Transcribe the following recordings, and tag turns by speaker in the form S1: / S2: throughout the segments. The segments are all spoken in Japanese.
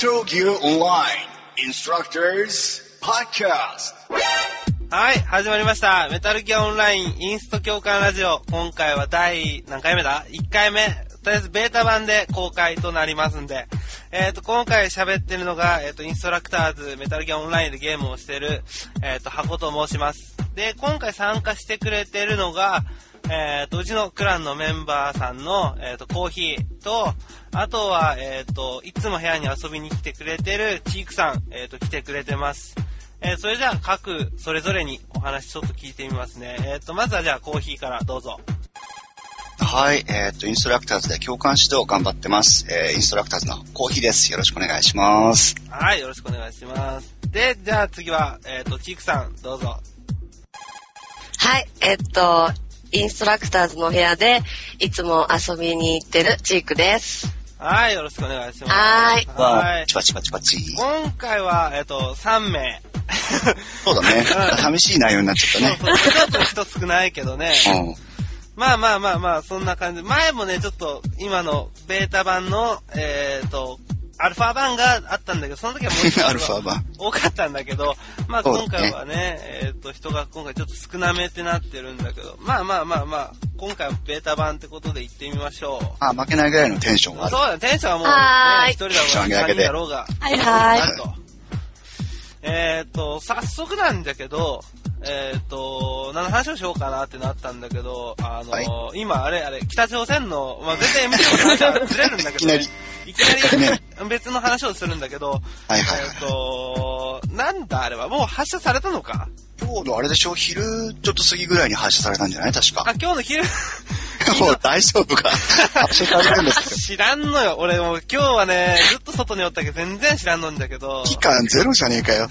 S1: Tokyo Online Instructors Podcast.
S2: はい、始まりました。メタルギアオンラインインスト共感ラジオ。今回は第何回目だ ?1 回目。とりあえずベータ版で公開となりますんで。えっ、と、今回喋ってるのが、えっ、と、インストラクターズメタルギアオンラインでゲームをしてる、えっ、と、箱と申します。で、今回参加してくれてるのが、えっ、と、うちのクランのメンバーさんの、えっ、と、コーヒーと、あとは、えっ、と、いつも部屋に遊びに来てくれてるチークさん、えっ、と、来てくれてます。えーそれじゃあ各それぞれにお話ちょっと聞いてみますね。えっ、と、まずはじゃあコーヒーからどうぞ。
S3: はい、えっ、と、インストラクターズで共感指導頑張ってます。えーインストラクターズのコーヒーです。よろしくお願いします。
S2: はい、よろしくお願いします。で、じゃあ次は、えっ、と、チークさん、どうぞ。
S4: はい、えっと、インストラクターズの部屋で、いつも遊びに行ってるチークです。
S2: はい、よろしくお願いします。
S4: はーい
S2: はーい
S3: チ。パチパチパチ。
S2: 今回は、えっ、と、3名。
S3: そうだね。寂しい内容になっちゃったね。
S2: そうそうちょっと人少ないけどね。
S3: うん。
S2: まあまあまあまあ、そんな感じ。前もね、ちょっと今のベータ版の、えっ、と、アルファ版があったんだけど、その時はもう一つ
S3: アルファ版。
S2: 多かったんだけど、まあ
S3: そうだね
S2: 今回はね、えっ、と、人が今回ちょっと少なめってなってるんだけど、まあまあまあまあ、今回はベータ版ってことで行ってみましょう。
S3: あ、負けないぐらいのテンションが
S2: そ
S3: あ
S2: う
S3: る。
S2: だね、テンションはもう、
S4: はー
S2: ね、
S4: い
S2: 一人だ
S3: テンション上げ
S2: ろうが、
S3: 上げで
S2: 三人だろうが、
S4: はいは
S2: あると。えっ、と、早速なんだけど、えっ、と、何の話をしようかなってなったんだけど、あの、
S3: はい
S2: 今、あれ、あれ、北朝鮮の、まあ、全然 MT の話はずれるんだけど、ね、
S3: いきなり。
S2: いきなり、 別の話をするんだけど、
S3: はいはいはい
S2: えっ、と、なんだあれは、もう発射されたのか
S3: 今日のあれでしょ、昼ちょっと過ぎぐらいに発射されたんじゃない確
S2: あ
S3: か。、
S2: 今日の昼、
S3: もう大丈夫か。 発射されてるんですよ。
S2: 知らんのよ。俺もう今日はね、ずっと外におったけど全然知らんのんだけど。
S3: 期間ゼロじゃねえかよ。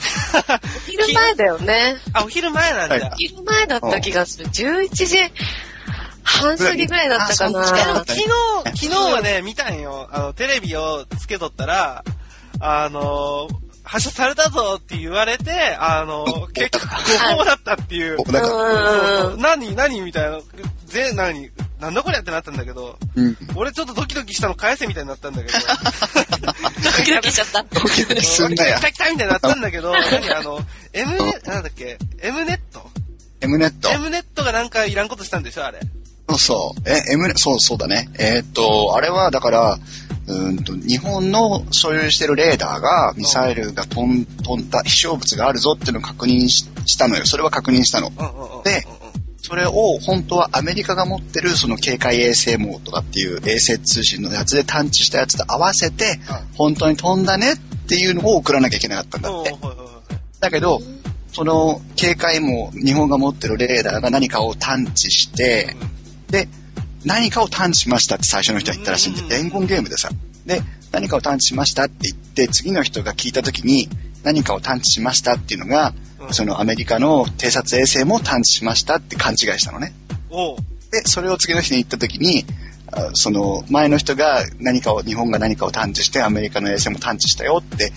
S4: 昼前だよね。
S2: あ、お昼前なんだ。
S3: はい
S4: 昼前だった気がする。11時半過ぎぐらいだったか
S3: あそんなだ
S4: な
S3: っ。た
S2: 昨日、昨日はね、見たんよ。あの、テレビをつけとったら、あのー、発射されたぞって言われて、あ のー、結局、誤報だったっていう。
S3: おなんか、
S2: そう
S4: う。
S2: そうん何何みたいな。ぜ、何なんだこりゃってなったんだけど、
S3: うん。
S2: 俺ちょっとドキドキしたの返せみたいになったんだけど。
S4: ドキドキしちゃった。
S3: ドキドキ すんなや
S2: 来。た来たみたいになったんだ けど、何あの、M ネ、なんだっけ、M ネット
S3: M ネット。
S2: ?M ネットがなんかいらんことしたんでしょあれ。
S3: そうそう。え、M、そうそうだね。えーっと、あれはだから、うーんと、日本の所有してるレーダーが、ミサイルが飛ん飛んだ飛翔物があるぞっていうのを確認ししたのよ。それは確認したの。
S2: うんうんうんうんうん。
S3: でそれを、本当はアメリカが持ってる、その警戒衛星網とかっていう衛星通信のやつで探知したやつと合わせて、本当に飛んだねっていうのを送らなきゃいけなかったん
S2: うん。
S3: だっ
S2: お
S3: て
S2: ー。ほいほいほい
S3: だけど、その警戒網、日本が持ってるレーダーが何かを探知して、で、何かを探知しましたって最初の人は言ったらしいんで
S2: うん、
S3: 伝言ゲームでさ。で、何かを探知しましたって言って、次の人が聞いた時に、何かを探知しましたっていうのが、
S2: うん
S3: そのアメリカの偵察衛星も探知しましたって勘違いしたのね。
S2: おう
S3: で、それを次の日に言った時に、あその前の人が何かを、日本が何かを探知して、アメリカの衛星も探知したよって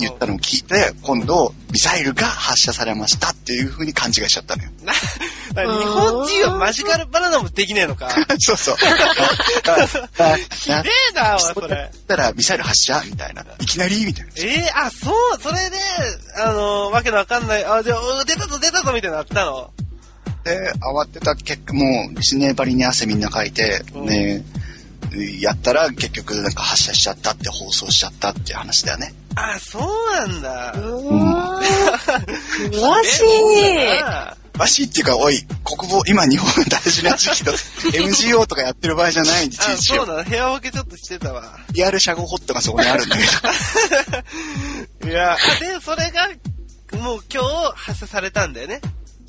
S3: 言ったのを聞いて、今度、ミサイルが発射されましたっていう風に勘違いしちゃったのよ。
S2: な、な日本人はマジカルバナナもできねえのか。
S3: そうそう。だだ
S2: ひで
S3: だ
S2: えな、おい、
S3: そ
S2: そう
S3: だ
S2: れ
S3: っ。たら、ミサイル発射みたいな。いきなりみたいな。
S2: ええあ、そう、それで、あのー、わけのわかんない、あ、じゃあ、お出たぞ、出たぞ、みたいになったの。
S3: で、慌てた結果、もう、死ねばりに汗みんなかいて、
S2: うん
S3: ね、やったら結局なんか発射しちゃったって放送しちゃったっていう話だよね。
S2: あ、そうなんだ。
S4: う
S3: う
S4: わー詳し
S2: え
S4: い。
S2: あ
S3: わしっていうか、おい、国防、今日本大事な時期 だ。MGO とかやってる場合じゃないんで、いち
S2: あ、
S3: いち
S2: そう
S3: よ。
S2: なの、部屋分けちょっとしてたわ。
S3: リアルシャゴホットがそこにある んだけど。
S2: いや、で、それが、もう今日発射されたんだよね。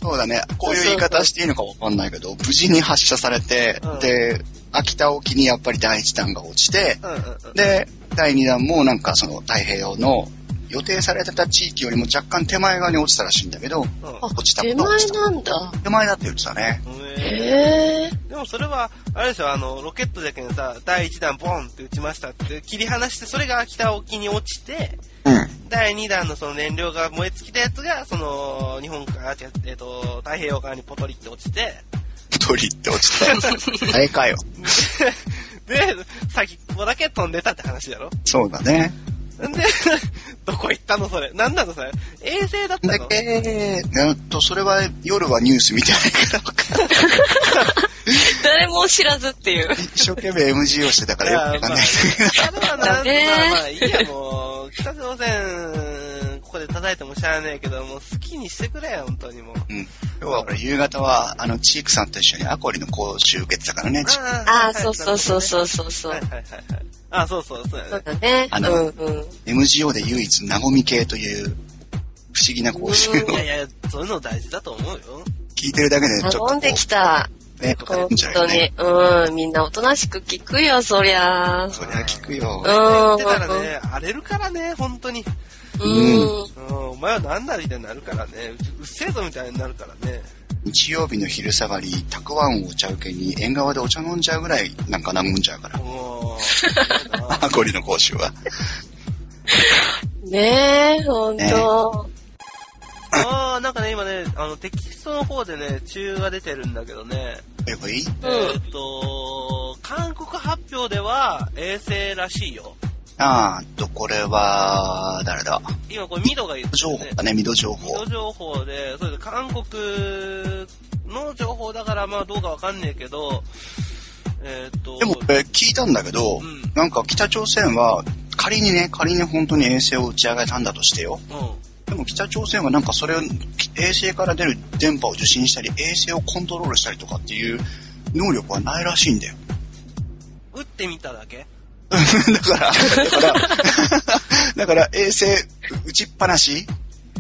S3: そうだね。こういう言い方していいのかわかんないけど、無事に発射されて、
S2: うん
S3: で、秋田沖にやっぱり第一弾が落ちて、
S2: うんうんうん。
S3: で、第二弾もなんかその太平洋の予定されてた地域よりも若干手前側に落ちたらしいんだけど、
S2: うん
S4: あ
S3: 落ちた
S4: 手前なんだ。
S3: 手前だって言ってたね。
S2: え
S4: へ
S2: ーでもそれは、あれでしょ、あの、ロケットじゃけんさ、第1弾ボンって撃ちましたって切り離して、それが北沖に落ちて、
S3: うん。
S2: 第2弾のその燃料が燃え尽きたやつが、その、日本から、違うえっ、と、太平洋側にポトリって落ちて、
S3: 鳥って落ちた。あれかよ。
S2: で、先っぽだけ飛んでたって話だろ
S3: そうだね。
S2: んで、 どこ行ったのそれ。なんなのそれ。衛星だった
S3: だ
S2: の
S3: け、えっと、それは夜はニュース見てないから 分かんない。
S4: 誰も知らずっていう。
S3: 一生懸命 MG をしてたからよく分かんない。
S2: あれはな、ま
S4: だね
S2: あまあいいや、もう、北朝鮮、ここで叩いてもしゃあねえけど、もう好きにしてくれよ、本当にもう。
S3: うん。 要は、夕方は、あの、チークさんと一緒にアコリの講習受けてたからね。
S4: ああ、そうそうそう
S2: う。
S4: そうそうそう
S2: はい。はいはいはい。あ、そうそう、そう
S4: そ
S2: や
S4: う
S2: ね。
S4: だね。
S3: あ
S4: う
S3: の
S4: んうん。
S3: MGO で唯一、なごみ系という、不思議な講習を
S4: う
S2: いやいや、そういうの大事だと思うよ。
S3: 聞いてるだけで、ちょっとこ
S4: 頼んできた。
S3: う、ね、
S4: 本
S3: んじゃう
S4: 当
S3: よね。
S4: に。うん。みんなおとなしく聞くよ、そりゃ。うん。
S3: そりゃ聞くよ。
S2: 言ってたらね、荒れるからね、本当に。
S4: う
S2: う
S4: ん。
S2: ん、お前は何だみたいになるからね。うちうっせえぞみたいになるからね。
S3: 日曜日の昼下がり、たくあんをお茶受けに、縁側でお茶飲んじゃうぐらい、なんかなもんじゃうから。
S2: も う、すごいな
S3: アコリの講習は。
S4: ねえ、ほんと。
S2: あー、なんかね、今ね、あの、テキストの方でね、中が出てるんだけどね、
S3: え、これいい
S2: えーっと、韓国発表では衛星らしいよ。
S3: あーっと、これは、誰だ
S2: 今これミドが言って
S3: 情
S2: る
S3: 報
S2: ね。
S3: だね、ミド情
S2: ミ
S3: 報
S2: ド。情報で、それで韓国の情報だからまあどうかわかんねえけど、えーっと、
S3: でもこれ聞いたんだけど、
S2: うん
S3: なんか北朝鮮は、仮にね、仮に本当に衛星を打ち上げたんだとしてよ。
S2: う
S3: でも北朝鮮はなんかそれを、き衛星から出る電波を受信したり、衛星をコントロールしたりとかっていう能力はないらしいんだよ。
S2: ん、打ってみただけ
S3: だから、だから、 だから衛星打ちっぱなし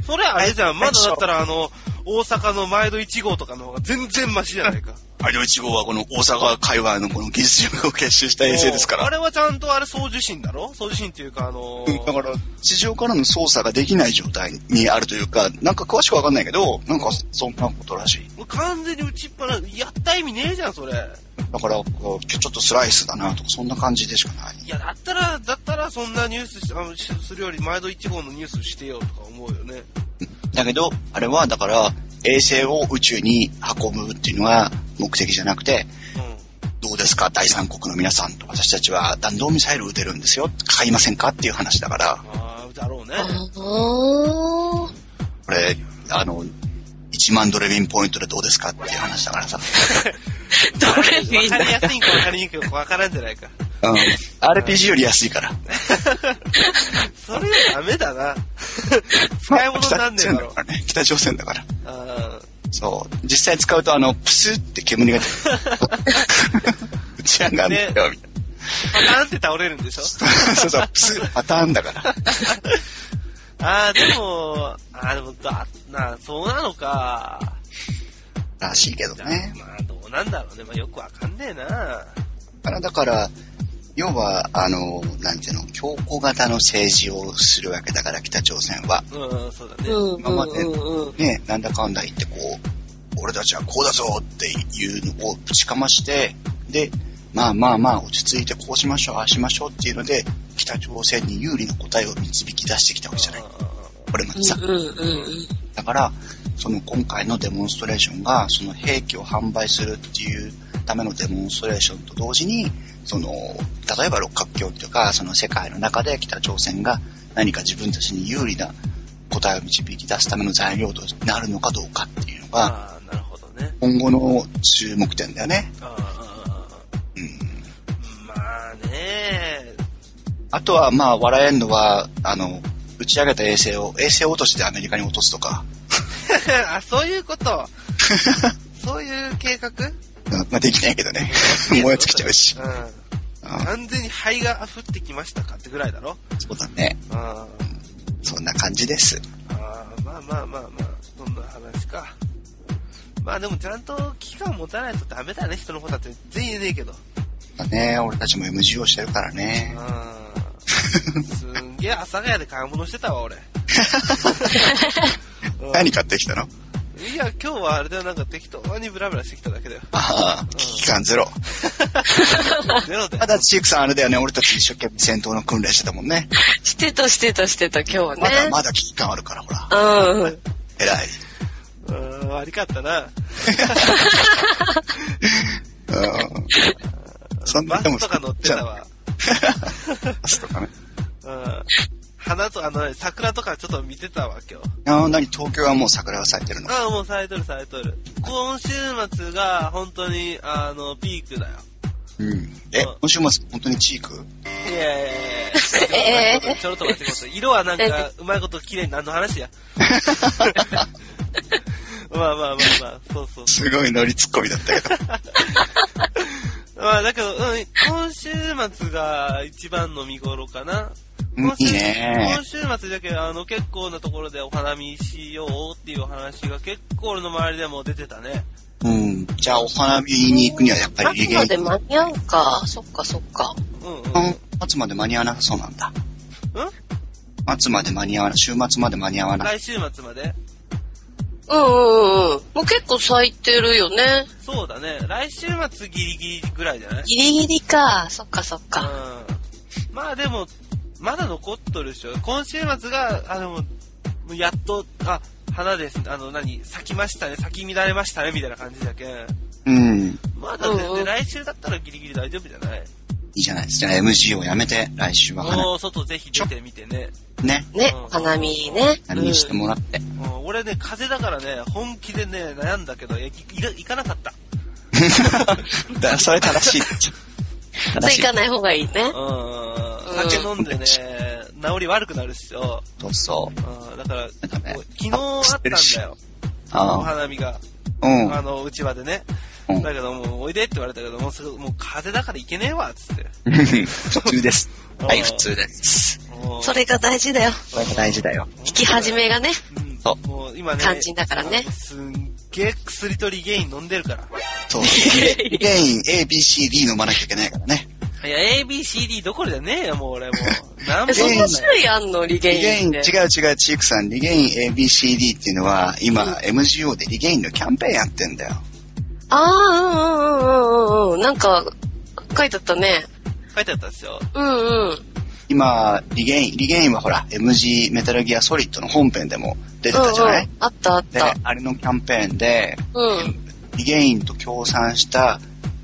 S2: それあれじゃん、まだだったらあの、大阪の毎度1号とかの方が全然マシじゃないか。
S3: アリオ1号はこの大阪界隈のこの技術力を結集した衛星ですか
S2: あ
S3: ら。
S2: れはちゃんとあれ送受信だろ送受信っていうかあの
S3: うんだから、地上からの操作ができない状態にあるというか、なんか詳しくわかんないけど、なんかそんなことらしい。
S2: もう完全に打ちっぱなやった意味ねえじゃん、それ。
S3: だから、こうちょっとスライスだなとか、そんな感じでしかない。
S2: いや、だったら、だったら、そんなニュースしあのしするより、毎度1号のニュースしてよとか思うよね。
S3: だけど、あれはだから、衛星を宇宙に運ぶっていうのが目的じゃなくて、
S2: う
S3: どうですか第三国の皆さんと私たちは弾道ミサイル撃てるんですよ。買いませんかっていう話だから
S2: ん。、ああ、だろうね。
S4: うん。
S3: これ、あの、1万ドルビンポイントでどうですかっていう話だからさ。
S4: どれみ
S2: わ
S4: んな
S2: か。りやすいんかわかりにくいかわからんじゃないか。
S3: うん。RPG より安いから。
S2: それはダメだな。使い物になんねえだろ
S3: 北朝鮮だ。からね。北朝鮮だから。
S2: あ
S3: そう。実際使うと、あの、プスって煙が出る。 うちらがあんだよ、みたいな。
S2: ーパターンって倒れるんでしょ
S3: そうそう、プス、パターンだから。
S2: ああ、でも、あーでも、だ、な、そうなのか。
S3: らしいけどね。
S2: まあ、どうなんだろうね。まあ、よくわかんねえな。
S3: あのだから、要は、あの、なんていうの、強硬型の政治をするわけだから、北朝鮮は。
S2: うん、そうだね。
S4: うん
S3: 今まで
S4: うんうん。
S3: ね、なんだかんだ言ってこう、俺たちはこうだぞっていうのをぶちかまして、で、まあまあまあ落ち着いてこうしましょう、ああしましょうっていうので、北朝鮮に有利な答えを導き出してきたわけじゃない。これまでさ。
S4: うんうんうん。
S3: だから、その今回のデモンストレーションが、その兵器を販売するっていうためのデモンストレーションと同時に、その、例えば六角形というか、その世界の中で北朝鮮が何か自分たちに有利な答えを導き出すための材料となるのかどうかっていうのが、
S2: ああ、なるほどね。
S3: 今後の注目点だよね。
S2: ああ、まあね
S3: あとは、まあ、笑えんのは、あの、打ち上げた衛星を、衛星落としでアメリカに落とすとか、
S2: あ、そういう こと。そういう計画
S3: うんまあ、できないけどね。燃え尽きちゃうし。
S2: うん。
S3: うん
S2: 完全に灰が降ってきましたかってぐらいだろ
S3: そうだね。
S2: うん。あ
S3: そんな感じです。
S2: あ、まあまあまあまあ、そんな話か。まあでもちゃんと期間持たないとダメだね、人のことだって全然言えねえけど。
S3: だね、俺たちも MGO してるからね。
S2: うん。すんげえ阿佐ヶ谷で買い物してたわ、俺。うん
S3: 何買ってきた の
S2: いや、今日はあれだよ、なんか適当にブラブラしてきただけ だよ。
S3: ああ、危機感ゼロ。
S2: ゼロだよ
S3: た。だ、チークさんあれだよね、俺たち一生懸命戦闘の訓練してたもんね。
S4: してたしてたしてた、今日はね
S3: ま。だまだ危機感あるから、ほら。
S4: うんうん。
S3: 偉い。
S2: うーん、悪かったな。
S3: うん。そん
S2: バ
S3: でも
S2: スとか乗ってたわ。
S3: バスとかね。
S2: うん。花と、あの、桜とかちょっと見てたわけよ。
S3: ああ、何東京はもう桜が咲いてるの。
S2: ああ、もう咲いとる咲いとる。今週末が本当に、あの、ピークだよ。
S3: うん。え
S2: うん、
S3: 今週末、本当にチーク
S2: いやいやいやいや。ちょろっと待ってちょろっと待ってちょろっと待ってちょろっと。色はなんか、うまいこと綺麗に何の 話や。まあまあまあまあ、そうそう。
S3: すごいノリツッコミだったけど。
S2: まあだけど、うん、今週末が一番の見頃かな。
S3: うん
S2: 今週
S3: いいね
S2: 今週末だけど、あの、結構なところでお花見しようっていう話が結構俺の周りでも出てたね。
S3: うん。じゃあ、お花見に行くにはやっぱり、
S4: 秋まで間に合うか。そっかそっか。
S2: うんうん。
S3: うん末まで間に合わなさそうなんだ。
S2: うん
S3: 末まで間に合わない。週末まで間に合わない。
S2: 来週末まで
S4: うんうんうん。もう結構咲いてるよね。
S2: そうだね。来週末ギリギリぐらいじゃない
S4: ギリギリか。そっかそっか。
S2: うん。まあでも、まだ残っとるでしょ。今週末が、あの、もうやっと、あ、花です。あの、何、咲きましたね、咲き乱れましたね、みたいな感じだけん。
S3: うん。い
S2: まだ全然、
S4: うんうん
S2: 来週だったらギリギリ大丈夫じゃない
S3: いじゃないですか。じゃあ MG をやめて、来週は花
S2: もう外ぜひ出てみてね。
S3: ね。
S4: ね
S2: うん、
S4: 花見ね。
S3: 何にしてもらって。
S2: うん俺ね、風邪だからね、本気でね、悩んだけど、いやいい行かなかった。
S3: だそれ正しい。
S4: それ
S3: 正し
S4: 行
S3: い。
S4: かない方がいいね。
S2: うん。
S4: うん
S2: 酒飲んでね、治り悪くなるっしょ。
S3: そうそう。
S2: うん。だから、
S3: なんかね
S2: 昨日あったんだよ。お
S3: あ
S2: 花見が。
S3: あ。うん。
S2: あの、うちわでね。
S3: うん
S2: だけど、もう、おいでって言われたけど、もうすぐ、もう風邪だから行けねえわ、つって。
S3: 普通です。はい、
S2: あー
S3: 普通です。
S2: もう
S4: それが大事だよ。
S3: これが大事だよ。
S4: 引き始めがね。
S2: うん
S3: そう
S2: もう今ね、
S4: 肝心だからね
S2: すんげえ薬とリゲイン飲んでるから。
S3: そう。 原因 A, B, C, D 飲まなきゃいけないからね。
S2: いや、ABCD どころじゃねえよ、もう俺も う。なん
S4: え
S2: も
S4: そん
S3: ゲイン
S4: な種類あんのリ
S3: リゲ
S4: ゲ
S3: イ
S4: イ
S3: ン、
S4: ンっ
S3: 違う違
S4: て
S3: う、。チークさん。リゲイン A, B, C, D っていうのは、今、MGO でリゲインのキャンペーンやってんだよ。
S4: ああ、うんうんうんうんうん。なんか、書いてあったね。
S2: 書いてあったんですよ。
S4: うんうん。
S3: 今、リゲイン、リゲインはほら、MG メタルギアソリッドの本編でも出てたじゃない、
S4: うんうん、あったあっ
S3: で、
S4: た。
S3: あれのキャンペーンで、
S4: うん。
S3: リゲインと協賛した、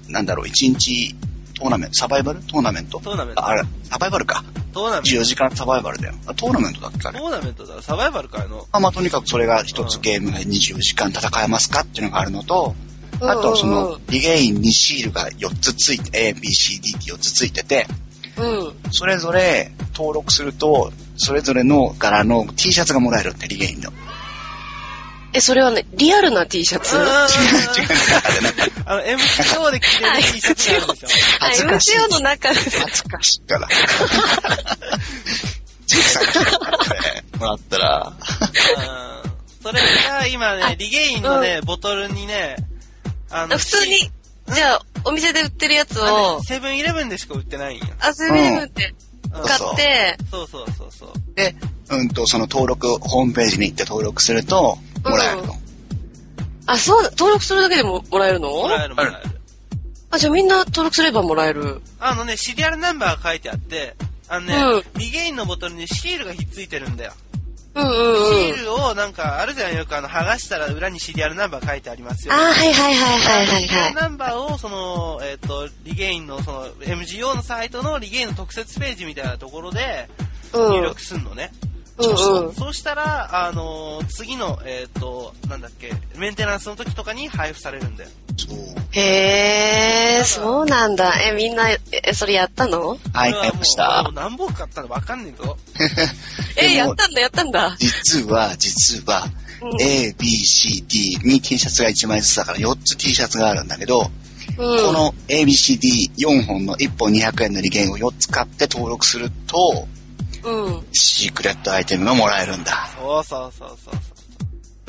S3: なんだろう、1日トーナメント、サバイバルトーナメント
S2: トーナメント。
S3: あれ、サバイバルか。
S2: トーナメン
S3: 14時間サバイバルだよ。あトーナメントだっけあ
S2: ト。
S3: れ。
S2: トーナメントだ。サバイバルかいの。
S3: あまあ、とにかくそれが一
S2: う
S3: つ
S2: ん
S3: ゲームが24時間戦えますかっていうのがあるのと、
S4: うん
S3: あとはそ
S4: うんう
S3: の
S4: ん、
S3: リゲインにシールが4つついて、A、B、C、D って4つついてて、
S4: うん。
S3: それぞれ登録すると、それぞれの柄の T シャツがもらえるって、リゲイン の。
S4: え、それはね、リアルな T シャツ
S2: あ
S3: 違う中でね。
S2: ーあの、MCO で着てる T シャツがあるでしょ。
S3: 恥ずかしい
S4: MCO の中で。
S3: 恥ずかしいから。チークさんこれ、もらったら、
S2: うんそれが今ね、リゲインのね、ボトルにね、あ
S4: 普通に、じゃあ、お店で売ってるやつを、
S2: セブンイレブンでしか売ってないんよ。
S4: アセブンって
S2: うん
S3: そう
S4: 買って、
S2: そうそうそうそう。
S3: で、うんと、その登録、ホームページに行って登録すると、もらえると。
S4: あ、そう、登録するだけでももらえるの
S2: もらえるもらえる。
S4: あ、じゃあみんな登録すればもらえる。
S2: あのね、シリアルナンバーが書いてあって、あのね、
S4: うん
S2: リゲインのボトルにシールがひっついてるんだよ。
S4: うんうん
S2: シ
S4: うん。
S2: ールをなんか、あるじゃんよくあの、剥がしたら裏にシリアルナンバー書いてありますよ。
S4: あー、はいはいはいはいはい
S2: シリア
S4: は
S2: ル
S4: い。
S2: ナンバーを、その、えっ、と、リゲインの、その、MGO のサイトのリゲインの特設ページみたいなところで、
S4: うん。
S2: 入力すんのね。
S4: うんうん。
S2: そうしたら、あのー次の、えっ、と、なんだっけ、メンテナンスの時とかに配布されるんだよ。
S3: そう。
S4: へえ、そうなんだ。え、みんな、え、それやったの
S3: はい、
S2: こ
S3: 買
S2: れ
S3: いました
S2: もう。もう何本買ったのわかんねえぞ。
S4: え、
S3: でも
S4: やったんだ、やったんだ。
S3: 実は、実は、
S4: うん
S3: A, B, C, D に T シャツが1枚ずつだから4つ T シャツがあるんだけど、
S4: うん。
S3: この A, B, C, D4 本の1本200円の利券を4つ買って登録すると、
S4: うん。
S3: シークレットアイテムがもらえるんだ。
S2: そうそうそうそうそ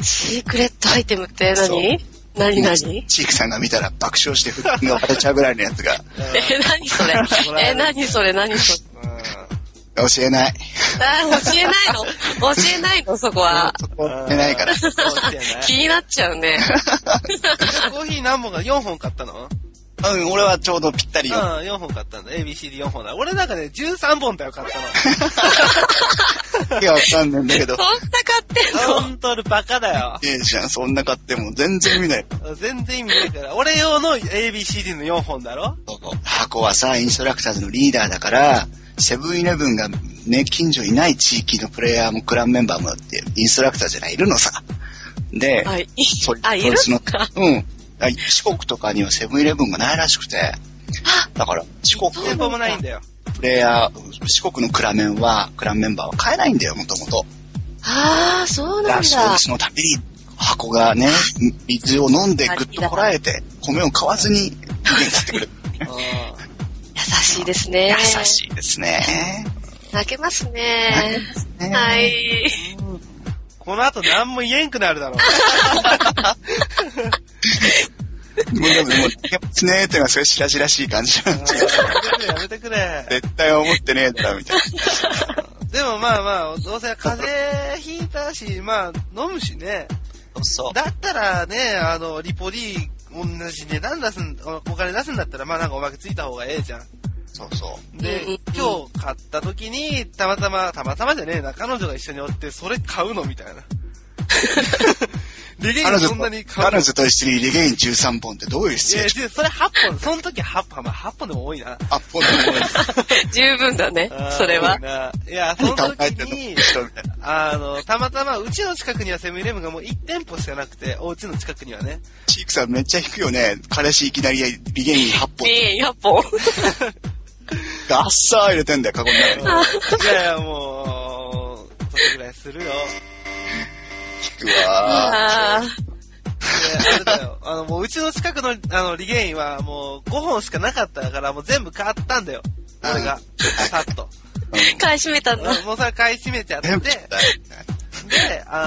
S2: う。
S4: シークレットアイテムって
S3: そう
S4: 何何 何
S3: チークさんが見たら爆笑して腹筋が割れちゃうぐらいのやつが、
S4: え、何 それ
S2: もらえ
S4: え、
S2: る
S4: 何それ何それ
S2: うん
S3: 教えない。
S4: あー、教えないの教えないのそこは。
S3: そこ教えないから。
S2: そうじゃない
S4: 気になっちゃうね。
S2: コーヒー何本か4本買ったの
S3: うん、俺はちょうどぴったり
S2: うん、
S3: よ。
S2: 4本買ったんだ。ABCD4 本だ。俺なんかね、13本だよ、買った
S3: いや、わかんないんだけど
S4: そん。な買ってん
S2: の。
S4: の
S2: 本当にバカだよ。
S3: ええじゃん、そんな買っても全然見ない。
S2: 全然意味ないから。俺用の ABCD の4本だろ
S3: 箱はさ、インストラクターズのリーダーだから、セブンイレブンがね、近所にない地域のプレイヤーもクランメンバーもだって、インストラクターじゃない、いるのさ。で、
S4: あ、い
S3: そ
S4: あ、い
S3: そ
S4: る
S3: いつの
S4: のか。
S3: うん。あ四国とかにはセブンイレブンがないらしくて、だから四国
S2: 店舗もないん だよ。
S3: プレイヤー、四国のクラメンは、クランメンバーは買えないんだよ、もともと。
S4: ああ、そうなん
S3: ラ
S4: だ。
S3: ストのために箱がね、水を飲んでぐっとこらえて、米を買わず に、家に買ってくる。
S4: 優しいですね。
S3: 優しいですね。
S4: 泣けますね。はい。
S2: この後何も言えんくなるだろ う。
S3: もうでも、でも、ですねーってのはそれ白々しい感じなんで、
S2: やめてくれ、やめてくれ。
S3: 絶対思ってねえだろ、みたいな。
S2: でもまあまあ、どうせ風邪ひいたし、まあ、飲むしね。
S5: そう。
S2: だったらね、あの、リポ D、同じ値段出すん、おお金出すんだったら、まあなんかおまけついた方がええじゃん。
S3: そうそ
S2: で
S4: うんうんうん、
S2: 今日買った時に、たまたま、たまたまじゃねえな、彼女が一緒におって、それ買うのみたい な。レゲ
S3: う。
S2: エ
S3: 彼
S2: ン
S3: 女
S2: そんなに
S3: と、
S2: 買うの
S3: 彼女と一緒にレゲイン13本ってどういうシチュエーション
S2: いやそれ8本、その時8本、まあ8本でも多い な。
S3: あ、ほんとに思います。
S4: 十分だね。それは。
S2: はいや、その
S3: 何考
S2: 時
S3: えてんの
S2: に、
S3: 人みたいな。
S2: あの、たまたま、うちの近くにはセブンイレブンがもう1店舗しかなくて、お家の近くにはね。
S3: チークさんめっちゃ引くよね。彼氏いきなりリゲイン8本。
S4: ええ、100本。
S3: ガッサー入れてんだよ、カゴの中に
S2: い。やいや、もう、それぐらいするよ。
S3: 引くわ
S4: あー
S2: で、あれだ よ。あの、もううちの近くの、あの、リゲインはもう5本しかなかったから、もう全部買ったんだよ。俺が、さっと。
S4: 買い占めたんだ。
S2: もうそれ買い占めちゃって、
S3: 全部
S2: で
S3: だ、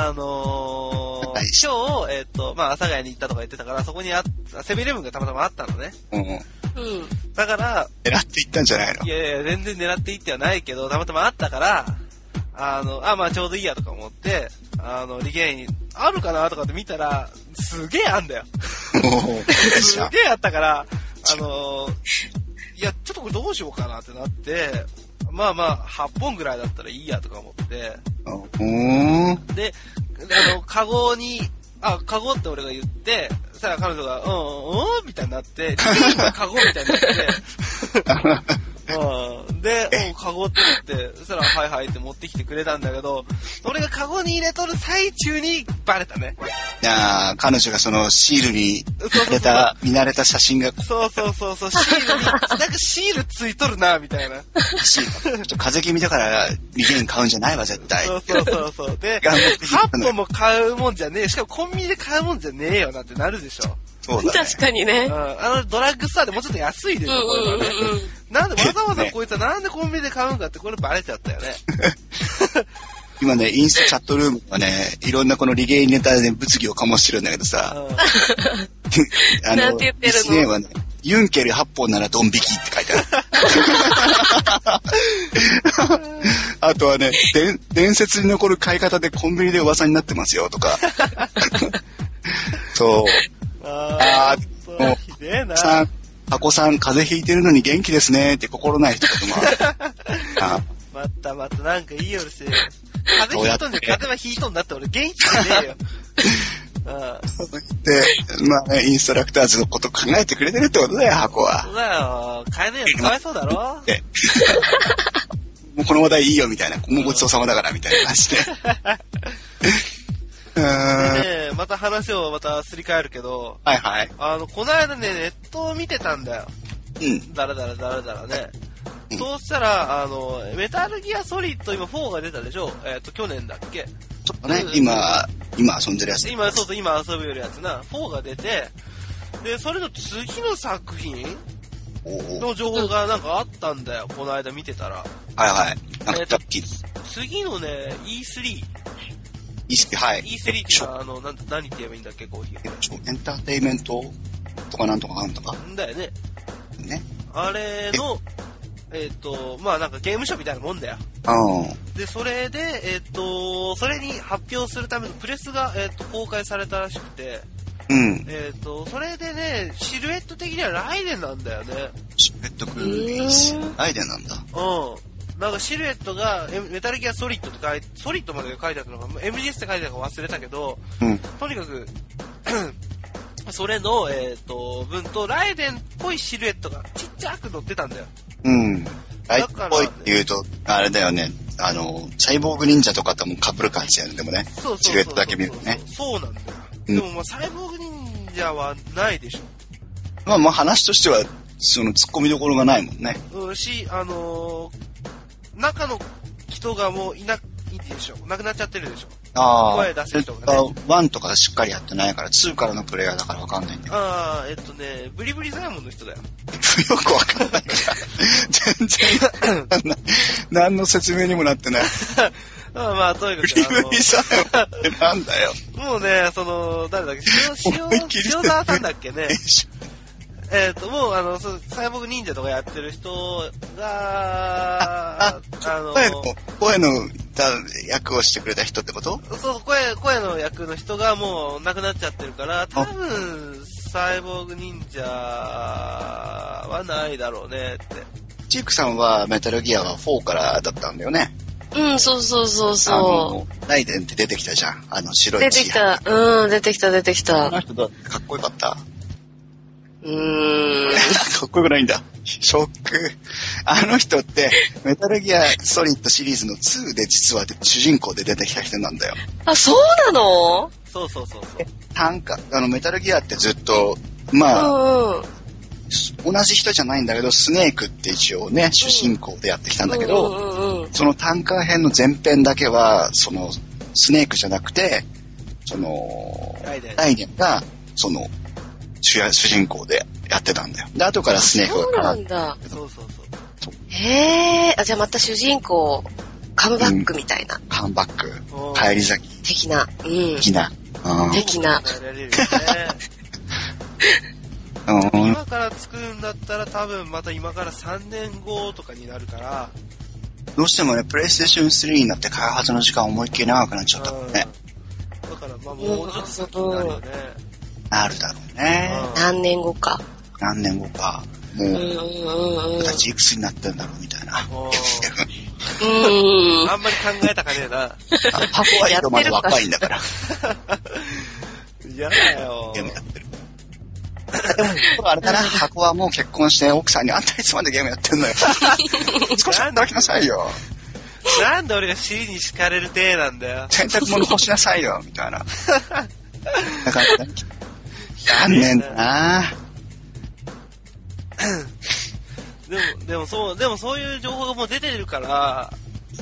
S2: あのー、今日、えっ、と、まあ、阿佐ヶ谷に行ったとか言ってたから、そこにあっセブンイレブンがたまたまあったのね。
S3: うん。狙
S4: うん。
S2: だから、
S3: っていったんじゃないの
S2: いやいや、全然狙っていってはないけど、たまたまあったから、あの、あ、まあちょうどいいやとか思って、あの、リゲインに、あるかなとかって見たら、すげえあんだよ。
S3: もう、
S2: すげえあったから、あのいや、ちょっとこれどうしようかなってなって、まあまあ、8本ぐらいだったらいいやとか思って、
S3: うん。
S2: で、あの、カゴに、あ、カゴって俺が言って、そしたら彼女が、うん、うん、みたいになって、カゴみたい になって、うん、で、うん、カゴって言って、そしたら、はいはいって持ってきてくれたんだけど、俺がカゴに入れとる最中にバレたね。
S3: ああ、彼女がそのシールに入れた、見慣れた写真が、
S2: そうそうそう、そうシー ルに、なんかシールついとるな、みたいな。
S3: シールちょっと風邪気味だから、リゲイン買うんじゃないわ、絶対。
S2: そうそうそうそう。で、
S3: 頑張ってきたの
S2: 8本も買うもんじゃねえ。しかもコンビニで買うもんじゃねえよなってなるでしょ。
S3: そうだね。
S4: 確かに
S2: うん。
S4: ね。
S2: あの、ドラッグストアでもうちょっと安いでし
S4: うん
S2: ょ、
S4: うん
S2: これはね。
S4: うんうん。
S2: なんでわざわざこいつはなんでコンビニで買うんかってこれバレちゃった よね。
S3: 今ね、インスタチャットルームはね、いろんなこのリゲインネタで物議を醸してるんだけど さ、
S2: う
S3: あ
S4: なんて言ってるの
S3: 一年はね、ユンケル8本ならドン引きって書いてある。 あとはね、でん伝説に残る買い方でコンビニで噂になってますよと か。そう。
S2: ん。あ
S3: あー
S2: ーそうひでえな。
S3: さん、タコさん風邪ひいてるのに元気ですねって心ない人とか もある。
S2: またまたなんかいいよして。風邪ひいとんじゃん、風邪はひいとんだって俺元気じゃねえよ。うん。
S3: あで、まあね、インストラクターズのこと考えてくれてるってことだよ、箱は。
S2: そうだよ。買えねえよ。かわいそうだろ。
S3: でもうこの話題いいよみたいな。もうごちそうさまだからみたいな感 じで。うーん。
S2: で
S3: は
S2: ね、また話をまたすり替えるけど、
S3: いはい。
S2: あの、この間ね、ネットを見てたんだよ。
S3: うん。
S2: だらだらだらだらね
S3: う。ん
S2: そうしたら、あの、メタルギアソリッド今4が出たでしょえっ、と、去年だっけ
S3: ちょっとね、今、今遊んでるやつ。
S2: 今、そうそう、今遊ぶよりやつな。4が出て、で、それの次の作品
S3: おー
S2: の情報がなんかあったんだよ。この間見てたら。
S3: はいはい。なんか、ラッキー。
S2: 次のね、E3。
S3: 意識、はい。
S2: E3 っていうのは、あの、なん何って言えばいいんだっけ、こうい
S3: エンターテイメントとかなんとかなんとか
S2: う。んだよね。
S3: ね。
S2: あれの、えっ、と、まあなんかゲームショーみたいなもんだよ。
S3: うん。
S2: で、それで、えっ、と、それに発表するためのプレスが、えっ、と、公開されたらしくて、
S3: うん。
S2: えっ、と、それでね、シルエット的にはライデンなんだよね。
S3: シュレットクールでいいし。アイデアなんだ。
S2: うん。なんかシルエットが、えメタルギアソリッドとか、ソリッドまで書いてあったのか、MGS って書いてあるのか忘れたけど、
S3: うん。
S2: とにかく、 それの、えっ、と、分と、ライデンっぽいシルエットがちっちゃく載ってたんだよ。
S3: うん。ライ
S2: だ
S3: ト
S2: か
S3: っ
S2: ら
S3: ぽいって言うと、あれだよね。あの、サイボーグ忍者とかとも被る感じやね。でもね。
S2: そうそうそうそう
S3: シルエットだけ見るとね。
S2: そうなんだよ。
S3: うん
S2: でもまあ、サイボーグ忍者はないでし
S3: まあまあ話としては、その突っ込みどころがないもんね。
S2: ょ。うん、し、あのー中の人がもういな、いいでしょ。亡くなっちゃってるでしょ。
S3: ああ。
S2: 声出す人がね
S3: 1とかしっかりやってないから、2からのプレイヤーだからわかんないんだよ。
S2: あー、えっとね、ブリブリザイモンの人だよ。
S3: よくわかんないから。全然わ かんない、何の説明にもなってない。
S2: まあまあ、とにか
S3: ブ
S2: く
S3: リ ブリさんってなんだよ。
S2: あの、もうね、その、誰だっけ、塩、
S3: 思い
S2: 塩
S3: っきり、
S2: 塩沢さんだっけね。 えっ、と、もう、あの、そうサイボーグ忍者とかやってる人が、あの、
S3: 声の、声のだ役をしてくれた人ってこと
S2: そう、声、声の役の人がもう亡くなっちゃってるから、多分、サイボーグ忍者はないだろうねって。
S3: チークさんはメタルギアは4からだったんだよね。
S4: うん、そうそうそう
S3: あ
S4: そ
S3: の、ライデンって出てきたじゃん。あの、
S4: う。
S3: 白
S4: 出
S3: い
S4: て
S3: チ
S4: き
S3: ーハン。
S4: た。うん、出てきた、出てき
S3: あの
S4: た。
S3: 人だってかっこよかった。
S4: うーん。
S3: かっこよくないんだ。ショック。あの人って、メタルギアソリッドシリーズの2で実は主人公で出てきた人なんだよ。
S4: あ、そうなの
S2: そうそうそうそう。
S3: 単価、あの、メタルギアってずっと、まあ、
S4: うんうん。
S3: 同じ人じゃないんだけど、スネークって一応ね、主人公でやってきたんだけど、
S4: うんうんうん。
S3: その単価編の前編だけは、その、スネークじゃなくて、その、
S2: ライデン
S3: ライデンが、その、主主人公でやってたんだよ。で、後からスネー
S4: そう
S3: クが
S4: な
S3: 絡ん
S4: んだ。
S2: そうそうそう。
S4: へえ。あ、じゃあまた主人公、カムバックみたいな、
S3: カムバック、
S2: おー
S3: 帰り咲き
S4: 的な。うん。
S3: 的な。う
S4: 的な。
S2: やられるよね。
S3: ん。うん。
S2: 今から作るんだったら多分また今から3年後とかになるから、
S3: どうしてもね、プレイステーション3になって開発の時間思いっきり長くなっちゃったも
S2: うんん
S3: ね。
S2: だからまあもうちょっと先になるよね。
S3: なるだろうね。
S2: うん
S4: 何年後か。
S3: 何年後か、も
S4: うん
S3: う、
S4: うんうんうん。
S3: 形いくつになってんだろうみたいな。
S2: おー
S4: うん。
S2: あんまり考えたかねえな。
S3: ハコワイドまで若いんだから、
S2: 嫌だよ。
S3: ゲームやってる。でも、あれだな、箱はもう結婚して奥さんにあんたいつまでゲームやってんの よ。少し働きなさいよ。
S2: なんで俺が尻に敷かれる体なんだよ。
S3: 洗濯物干しなさいよ、みたいな。だから、残念だな
S2: でも、でもそう、でもそういう情報がもう出てるから、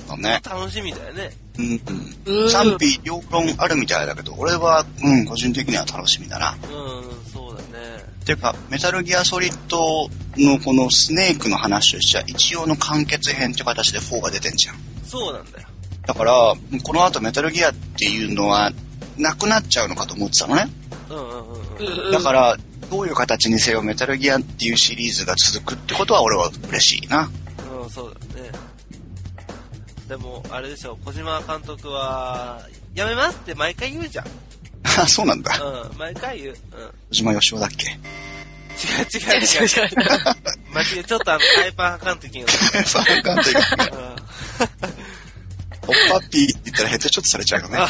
S3: そうね。
S2: 楽しみだよね。
S3: うんう。
S4: うんん
S3: 賛否両論あるみたいだけど、俺は、うん、個人的には楽しみだな。
S2: うん、そうだね。
S3: ていうか、メタルギアソリッドのこのスネークの話をしちゃ一応の完結編って形で4が出てんじゃん。
S2: そうなんだよ。
S3: だから、この後メタルギアっていうのはなくなっちゃうのかと思ってたのね。
S2: うんうんうんうん。
S4: うんうん
S3: だから、どういう形にせよメタルギアっていうシリーズが続くってことは俺は嬉しいな。
S2: うん、そうだね。でも、あれでしょ、小島監督は、やめますって毎回言うじゃん。
S3: あ、そうなんだ。
S2: うん、毎回言う。うん。違う
S3: 小島よしおだっけ
S2: 違う 違う。間違え、ちょっとあの、ハイパー監督に。
S3: ファンカン というか、
S2: うん。
S3: ポッパッピーって言ったらヘッドショットされちゃうよね
S2: あ。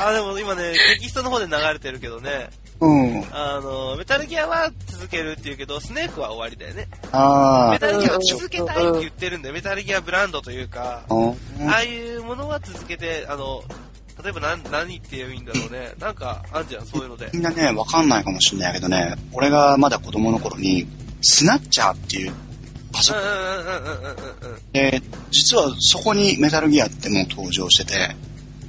S2: あ、でも今ね、テキストの方で流れてるけどね、
S3: うん。
S2: あの、メタルギアは続けるって言うけど、スネークは終わりだよね。
S3: あ
S2: メタルギアを続けたいって言ってるんだよ。メタルギアブランドというか、
S3: あ。うん
S2: ああいうものは続けて、あの、例えば何、何って言えばいいんだろうね。なんか、あんじゃん、そういうので。
S3: みんなね、わかんないかもしんないけどね、俺がまだ子供の頃に、スナッチャーっていうパソ
S2: う
S3: コン
S2: んうんうんうんうんうんうん。
S3: で、実はそこにメタルギアってもう登場してて、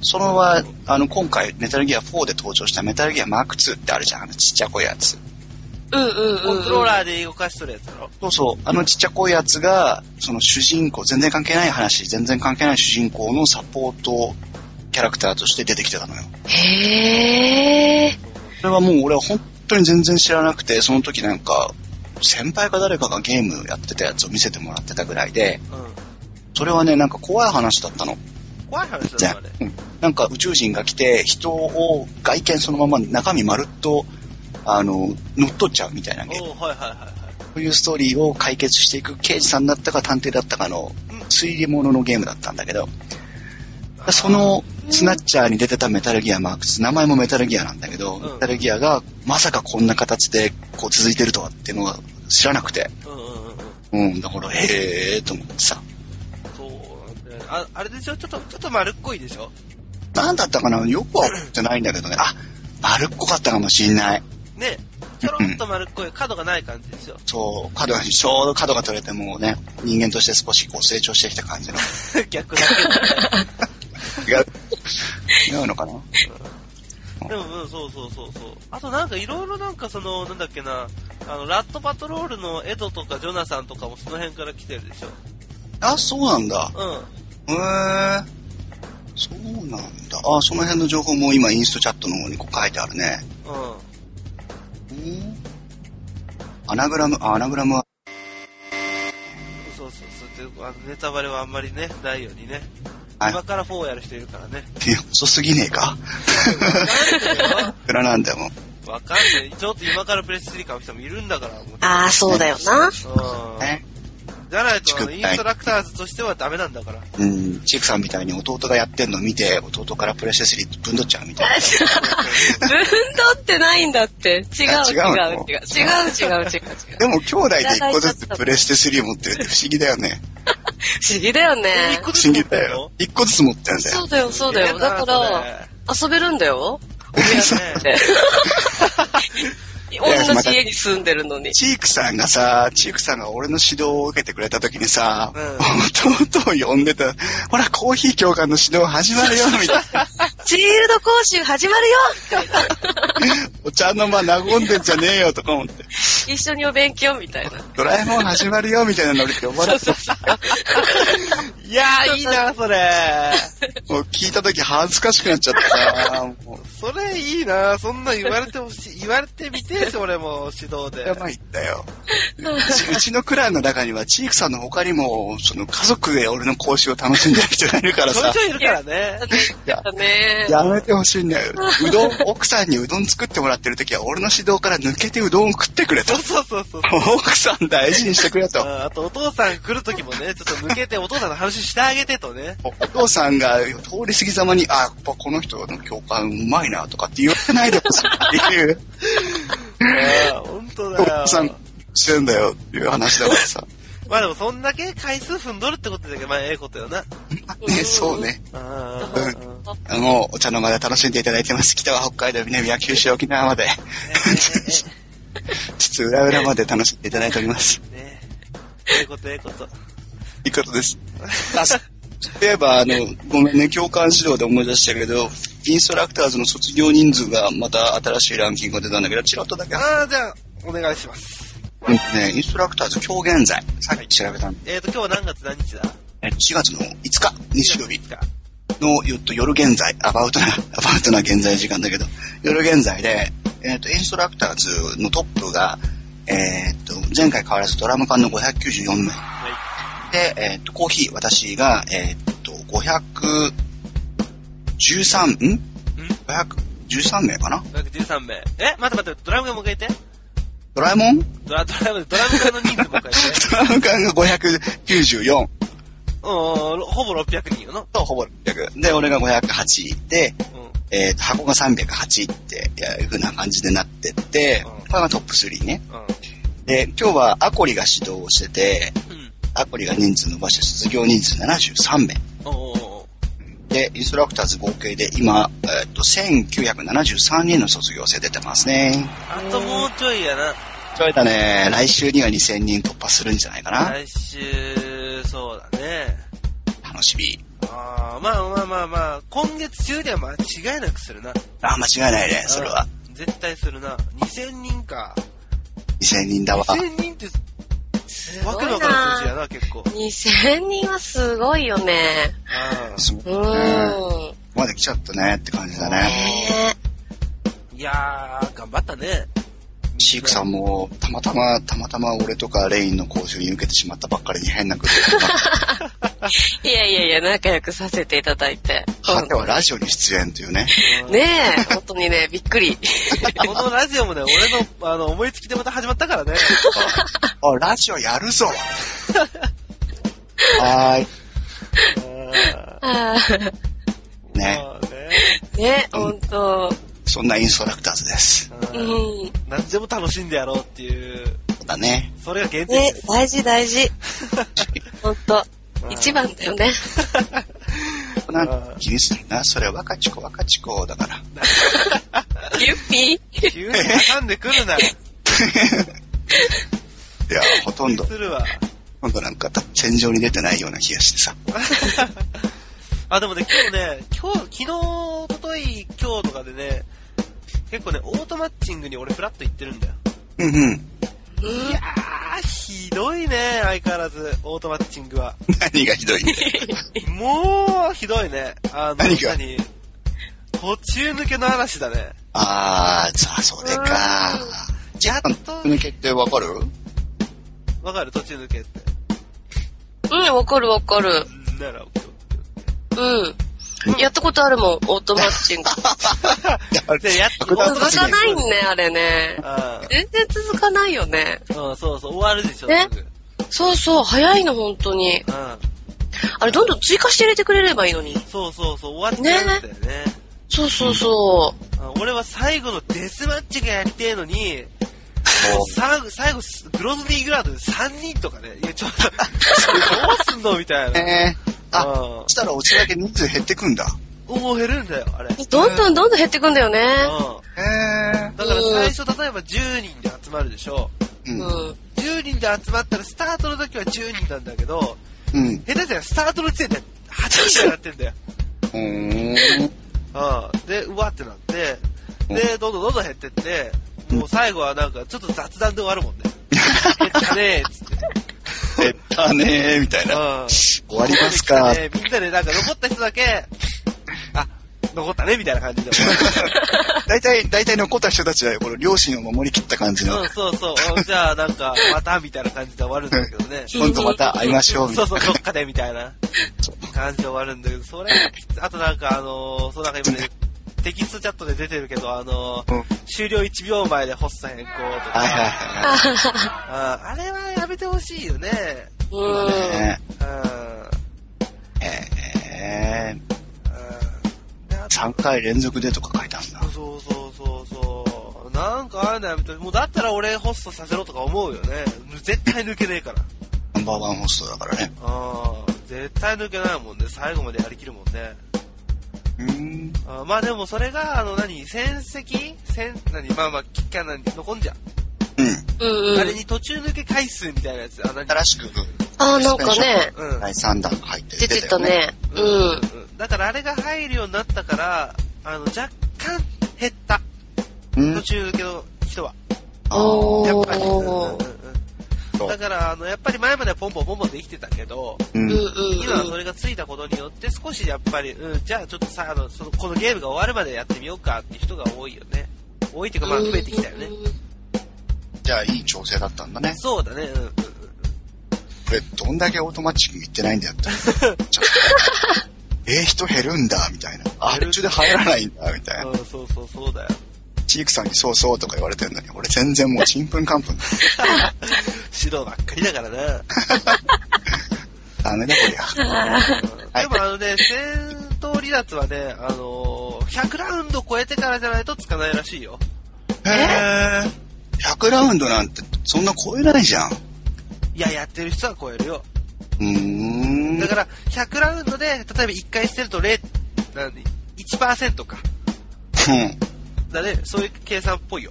S3: そのは、あの、今回メタルギア4で登場したメタルギアマーク2ってあるじゃん、あのちっちゃこいやつ。
S4: うんうんうん。
S2: コントローラーで動かしとるやつだろ。
S3: そうそう、あのちっちゃこいやつが、その主人公、全然関係ない話、全然関係ない主人公のサポートキャラクターとして出てきてたのよ。
S4: へえ。
S3: それはもう俺は本当に全然知らなくて、その時なんか、先輩か誰かがゲームやってたやつを見せてもらってたぐらいで、
S2: うん。
S3: それはね、なんか怖い話だったの。
S2: 怖い話
S3: じ
S2: だ
S3: ゃ
S2: よ、あれ。
S3: ん、うんなんか宇宙人が来て、人を外見そのまま中身まるっと、あの、乗っ取っちゃうみたいなゲーム。
S2: おうはいはいはいはい。
S3: そういうストーリーを解決していく刑事さんだったか探偵だったかの
S2: うん
S3: 推理物のゲームだったんだけど、そのスナッチャーに出てたメタルギアマークス、名前もメタルギアなんだけど、
S2: ん
S3: メタルギアがまさかこんな形でこう続いてるとはっていうのは知らなくて、
S2: うんうんうんうん。
S3: うん、だから、へえーと思ってさ。
S2: そうなんだよね。あ、あれでしょちょっと、ちょっと丸っこいでしょ
S3: なんだったかなよくは覚えてないんだけどね。あ、丸っこかったかもしんない。
S2: ね。ちょろっと丸っこい、角がない感じ ですよ。
S3: そう、角が、ちょうど角が取れてもうね、人間として少しこう成長してきた感 じの。
S2: 逆だけどね。
S3: 違う。違うのかな
S2: でも、うん、そうそうそうそう。あとなんかいろいろなんかその、なんだっけな、あの、ラットパトロールのエドとかジョナサンとかもその辺から来てるでしょ。
S3: あ、そうなんだ。
S2: う
S3: へえー。そうなんだ。あ、その辺の情報も今インストチャットの方にこう書いてあるね。
S2: ん。うん。
S3: うんアナグラム、あアナグラムは、
S2: そうそうそう。であのネタバレはあんまりね、ないようにね。
S3: はい
S2: 今から4やる人いるか らね。
S3: いや遅すぎねえか。いくらなんだよ、もう。
S2: わかんない。ちょっと今からプレステ3買う人もいるんだから、もう
S4: ああ、そうだよ
S2: う
S4: な。
S2: ん。
S3: ね。
S2: じゃないと、あの
S3: 作っ
S2: イ
S3: たい
S2: ンストラクターズとしてはダメなんだから。
S3: うん。チークさんみたいに弟がやってんのを見て、弟からプレシャスリーぶんどっちゃうみたい
S4: 分取ってないんだって。違う
S3: あ違
S4: 違
S3: うの
S4: う違う。違う違う違う違う。
S3: な。でも兄弟で一個ずつプレステ3持ってるって不思議だよね。
S4: 不思議だよね
S2: 一。個
S3: 不
S2: ずつ
S3: 思
S2: 持
S3: 議
S2: って
S3: だ
S2: んの
S3: よ。一個ずつ持ってんだ
S4: そ
S3: よ。
S4: うだよ、そうだよ。だから、遊べるんだよ。
S2: それ ね。
S4: 同じ家に住んでるのに。
S3: チークさんがさ、チークさんが俺の指導を受けてくれた時にさ、
S2: う
S3: 弟を呼んでた、ほら、コーヒー教官の指導始まるよ、みたい な。
S4: シールド講習始まるよみたいな
S3: お茶の間和んでんじゃねえよ、とか思って。
S4: 一緒にお勉強み たいな。
S3: ドラえもん始まるよ、みたいなノリで呼ばれて、
S2: いやー、いいな、それ。
S3: もう聞いた時恥ずかしくなっちゃったなも
S2: それいいな、そんなん言われてほしい。言われてみてえし、俺も、指導
S3: う、
S2: で
S3: や。ばいんだよ。うちのクランの中には、チークさんの他にも、その家族で俺の講習を楽しんでる人がいるから
S2: ちょい
S3: さ
S2: ち、ょいいるからね。
S3: いや
S4: だね
S3: やめてほしいんだよ。うどん、奥さんにうどん作ってもらってる時は、俺の指導から抜けてうどんを食ってくれと
S2: そう。そうそうそう。
S3: 奥さん大事にしてくれと。
S2: ああと、お父さん来るときもね、ちょっと抜けて、お父さんの話してあげてと ね。
S3: お父さんが通り過ぎざまに、あ、やっぱこの人の教官うまいなとかって言われないでほしいっていう、
S2: ああ、本当
S3: お
S2: だよ
S3: 父。さんしてんだよっていう話だからさ。
S2: まあでも、そんだけ回数踏んどるってことだけど、まあ、ええことよな。
S3: ね、そうね。
S2: ああ、うん
S3: あの、お茶の間で楽しんでいただいてます。北は北海道、南は九州、沖縄まで、 ちょっと裏裏まで楽しんでいただいております。
S2: ねえ、ねえ。ええこと、ええこと。
S3: いいことです。あ、そういえば、あの、ごめんね、教官指導で思い出したけど、インストラクターズの卒業人数がまた新しいランキングが出たんだけど、チラッとだけ。
S2: ああ、じゃあ、お願いします。
S3: うんとね、インストラクターズ今日現在、さっき調べたんで、
S2: えっ、と、今日は何月何日だ
S3: え4月の5日、日曜日
S2: か。
S3: のよっと夜現在、アバウトな、アバウトな現在時間だけど、夜現在で、えっ、と、インストラクターズのトップが、えっ、と、前回変わらずドラム缶の594名。
S2: は
S3: で、えっ、と、コーヒー、私が、えっ、と、513、ん
S2: い。ん
S3: ?513 名かな
S2: ?513 名。え待って待って、ドラムがもう一回言って。
S3: ドラえもんド
S2: ドラ、ドラム、ドラム缶の人数もう一回言って。
S3: ラム缶が594
S2: うんうん、ほぼ600人よの。
S3: とほぼ600。で、俺が508で、
S2: うん。うん。
S3: えっ、と、箱が308っていう風な感じでなってって、
S2: うん
S3: これがトップ3ね。で、今日はアコリが指導をしてて、
S2: うん。
S3: アプリが人数伸ばして卒業人数73名。
S2: おーおー
S3: で、インストラクターズ合計で今、えっと、1973人の卒業生出てますね。
S2: あともうちょいやな。
S3: それだね、来週には2000人突破するんじゃないかな。
S2: 来週、そうだね。
S3: 楽しみ。
S2: ああ、まあまあまあまあ、今月中では間違いなくするな。
S3: あ、間違いないね、それは。
S2: うん。絶対するな。2000人か。
S3: 2000人だわ。
S2: 2000人って、
S4: す
S2: わ
S4: ご
S2: けの
S4: い
S2: わからん数字や
S4: な。
S2: な、結構。
S4: 2000人はすごいよね。
S2: あ
S3: すごいうね。こ
S4: ーん。
S3: こまで来ちゃったねって感じだね。
S4: ね
S2: あ。いやー、頑張ったね。
S3: シークさんも、たまたま、たまたま俺とかレインの講習に受けてしまったばっかりに変なグル ープが
S4: え。いやいやいや、仲良くさせていただいて。
S3: 果てはラジオに出演という ね。
S2: うん
S4: ねえ、本当にね、びっくり。
S2: このラジオもね、俺の、あの、思いつきでまた始まった からね。
S3: あ、ラジオやる ぞはーい。
S4: あー
S3: ね
S2: まあね。
S4: ねえ、本当。
S3: そんなインストラクターズです。
S4: うん。
S2: 何でも楽しんでやろうっていう。
S3: そうだね。
S2: それが限定
S4: ね
S2: です。、
S4: 大事大事。ほんと
S2: う。ん
S4: 一番だよね。
S3: なん気にするな。それ若ち子若ち子だから。
S4: ユッピー。
S2: 急に挟んでくるな。
S3: いや、ほとんど、
S2: す るわ。
S3: ほとんどなんか戦場に出てないような気がしてさ。
S2: あ、でもね、今日ね、今日、昨日、おととい、今日とかでね、結構ね、オートマッチングに俺フラッと行ってるんだよ。
S3: うんうん。
S2: いやー、ひどいね、相変わらず、オートマッチングは。
S3: 何がひどいんだよ。
S2: もう、ひどいね。あの、
S3: 何が
S2: 途中抜けの嵐だね。
S3: あー、さあ、それか。じゃあ、抜けってわかる
S2: わかる途中抜けって。
S4: うん、わかるわかる。
S2: なら、
S4: うん。やったことあるもん、オートマッチング。
S2: でやっ
S3: 爆弾
S2: オートマッ
S4: 続
S2: チング
S4: かないんね、あれね。
S2: あ
S4: 全然続かないよね。
S2: あ、うん、そうそう、終わるでしょ、
S4: ね
S2: すぐ。
S4: そうそう、早いの、本当に。
S2: うん。
S4: あれ、どんどん追加して入れてくれればいいのに。
S2: そうそうそう、終わっちゃうんだよね。
S4: そうそうそ
S2: うん俺は最後のデスマッチがやりてえのに、さ最後、グローズディーグラウンドで3人とかね、いや、ちょっと、どうすんのみたい な。
S3: えー、あ、
S2: うん
S3: そしたらおちだけ人数減ってくんだ。
S2: おー減るんだよ、あれ。
S4: う。どんどんどんどん減ってくんだよね。
S2: う
S3: へ
S2: ん。だから最初、例えば10人で集まるでしょ。
S3: え。う。
S4: うんん。
S2: 10人で集まったら、スタートの時は10人なんだけど、
S3: うん。う
S2: 下手したらスタートの時点で8人になってんだよ。
S3: ーん。
S2: うん。で、うわってなって、で、どんどんどんどん減ってって、もう最後はなんか、ちょっと雑談で終わ るもんね。減ったねーっつって。
S3: 減ったねー、みたいな。
S2: うん。
S3: 終わりますか。
S2: ねみんなでなんか残った人だけ、あ、残ったねみたいな感じで。
S3: 大体、大体残った人たちは、この両親を守りきった感じの
S2: う、ん、そうそう。うん じゃあなんか、またみたいな感じで終わるんだけどね。
S3: 今度また会いましょう、みた
S2: そ
S3: いう
S2: そう、どっかでみたいな感じで終わるんだけど、それ、あとなんかあのーそうなんか今ね、テキストチャットで出てるけど、あのー
S3: うん
S2: 終了1秒前で発作変更と
S3: な。はいはい
S2: か、
S3: は
S2: あーあれはやめてほしいよね。
S4: うん。
S3: いはい。ね
S2: うん。うん
S3: えー、
S2: であと
S3: 3回連続でとか書いたんだ。
S2: そうそうそうそう。なんかああいうのやめて、もうだったら俺ホストさせろとか思うよね。絶対抜けねえから。
S3: ナンバーワンホストだからね。
S2: ああ、絶対抜けないもんね。最後までやりきるもんね。
S3: うん。
S2: あーまあでもそれが、あの何、戦績戦、何、まあまあ、結果何、残んじゃん。
S3: うん。
S4: うんう
S2: あ
S4: ん
S2: れ。に途中抜け回数みたいなやつ。あ、何
S3: 新しく、
S4: あー、なんかね、
S2: うん。
S3: 第3弾が入って
S4: 出てた。ね。う。
S2: うんん。だからあれが入るようになったから、あの、若干減っ
S3: 出てた
S2: た。
S3: よねう
S2: 途
S3: ん。
S2: 中抜けの人は。
S3: あ
S2: やっぱり。うんうん
S4: おー
S2: うんだから、あの、やっぱり前まではポンポンポンポンできてたけど、
S3: ーう
S4: うん
S3: ん。
S4: う
S3: うん。
S4: ん。
S2: 今はそれがついたことによって少しやっぱり、うん、じゃあちょっとさ、あの、その、このゲームが終わるまでやってみようかって人が多いよね。多いっていうか、まあ増えてきたよね。
S3: じゃあ、いい調整だったんだね。
S2: そうだね、うんうんうん。
S3: これ、どんだけオートマチックにいってないんだよって。ちょっとえー、人減るんだ、みたいな。あ、途中で入らないんだ、みたいな。
S2: うん、そうそうそうだよ。
S3: チークさんにそうそうとか言われてんのに、俺全然もうちんぷんかんぷんだ。
S2: 指導ばっかりだからな。
S3: ダメだこりゃ。はい
S2: でもあの ね、戦闘離脱はね、あのー100ラウンド超えてからじゃないとつかないらしいよ。
S3: へー。100ラウンドなんて、そんな超えないじゃん。う
S2: いや、やってる人は超えるよ。
S3: ーん
S2: だ。から、100ラウンドで、例えば1回してると0、なんで、1%か。
S3: うん。
S2: だね、そういう計算っぽいよ。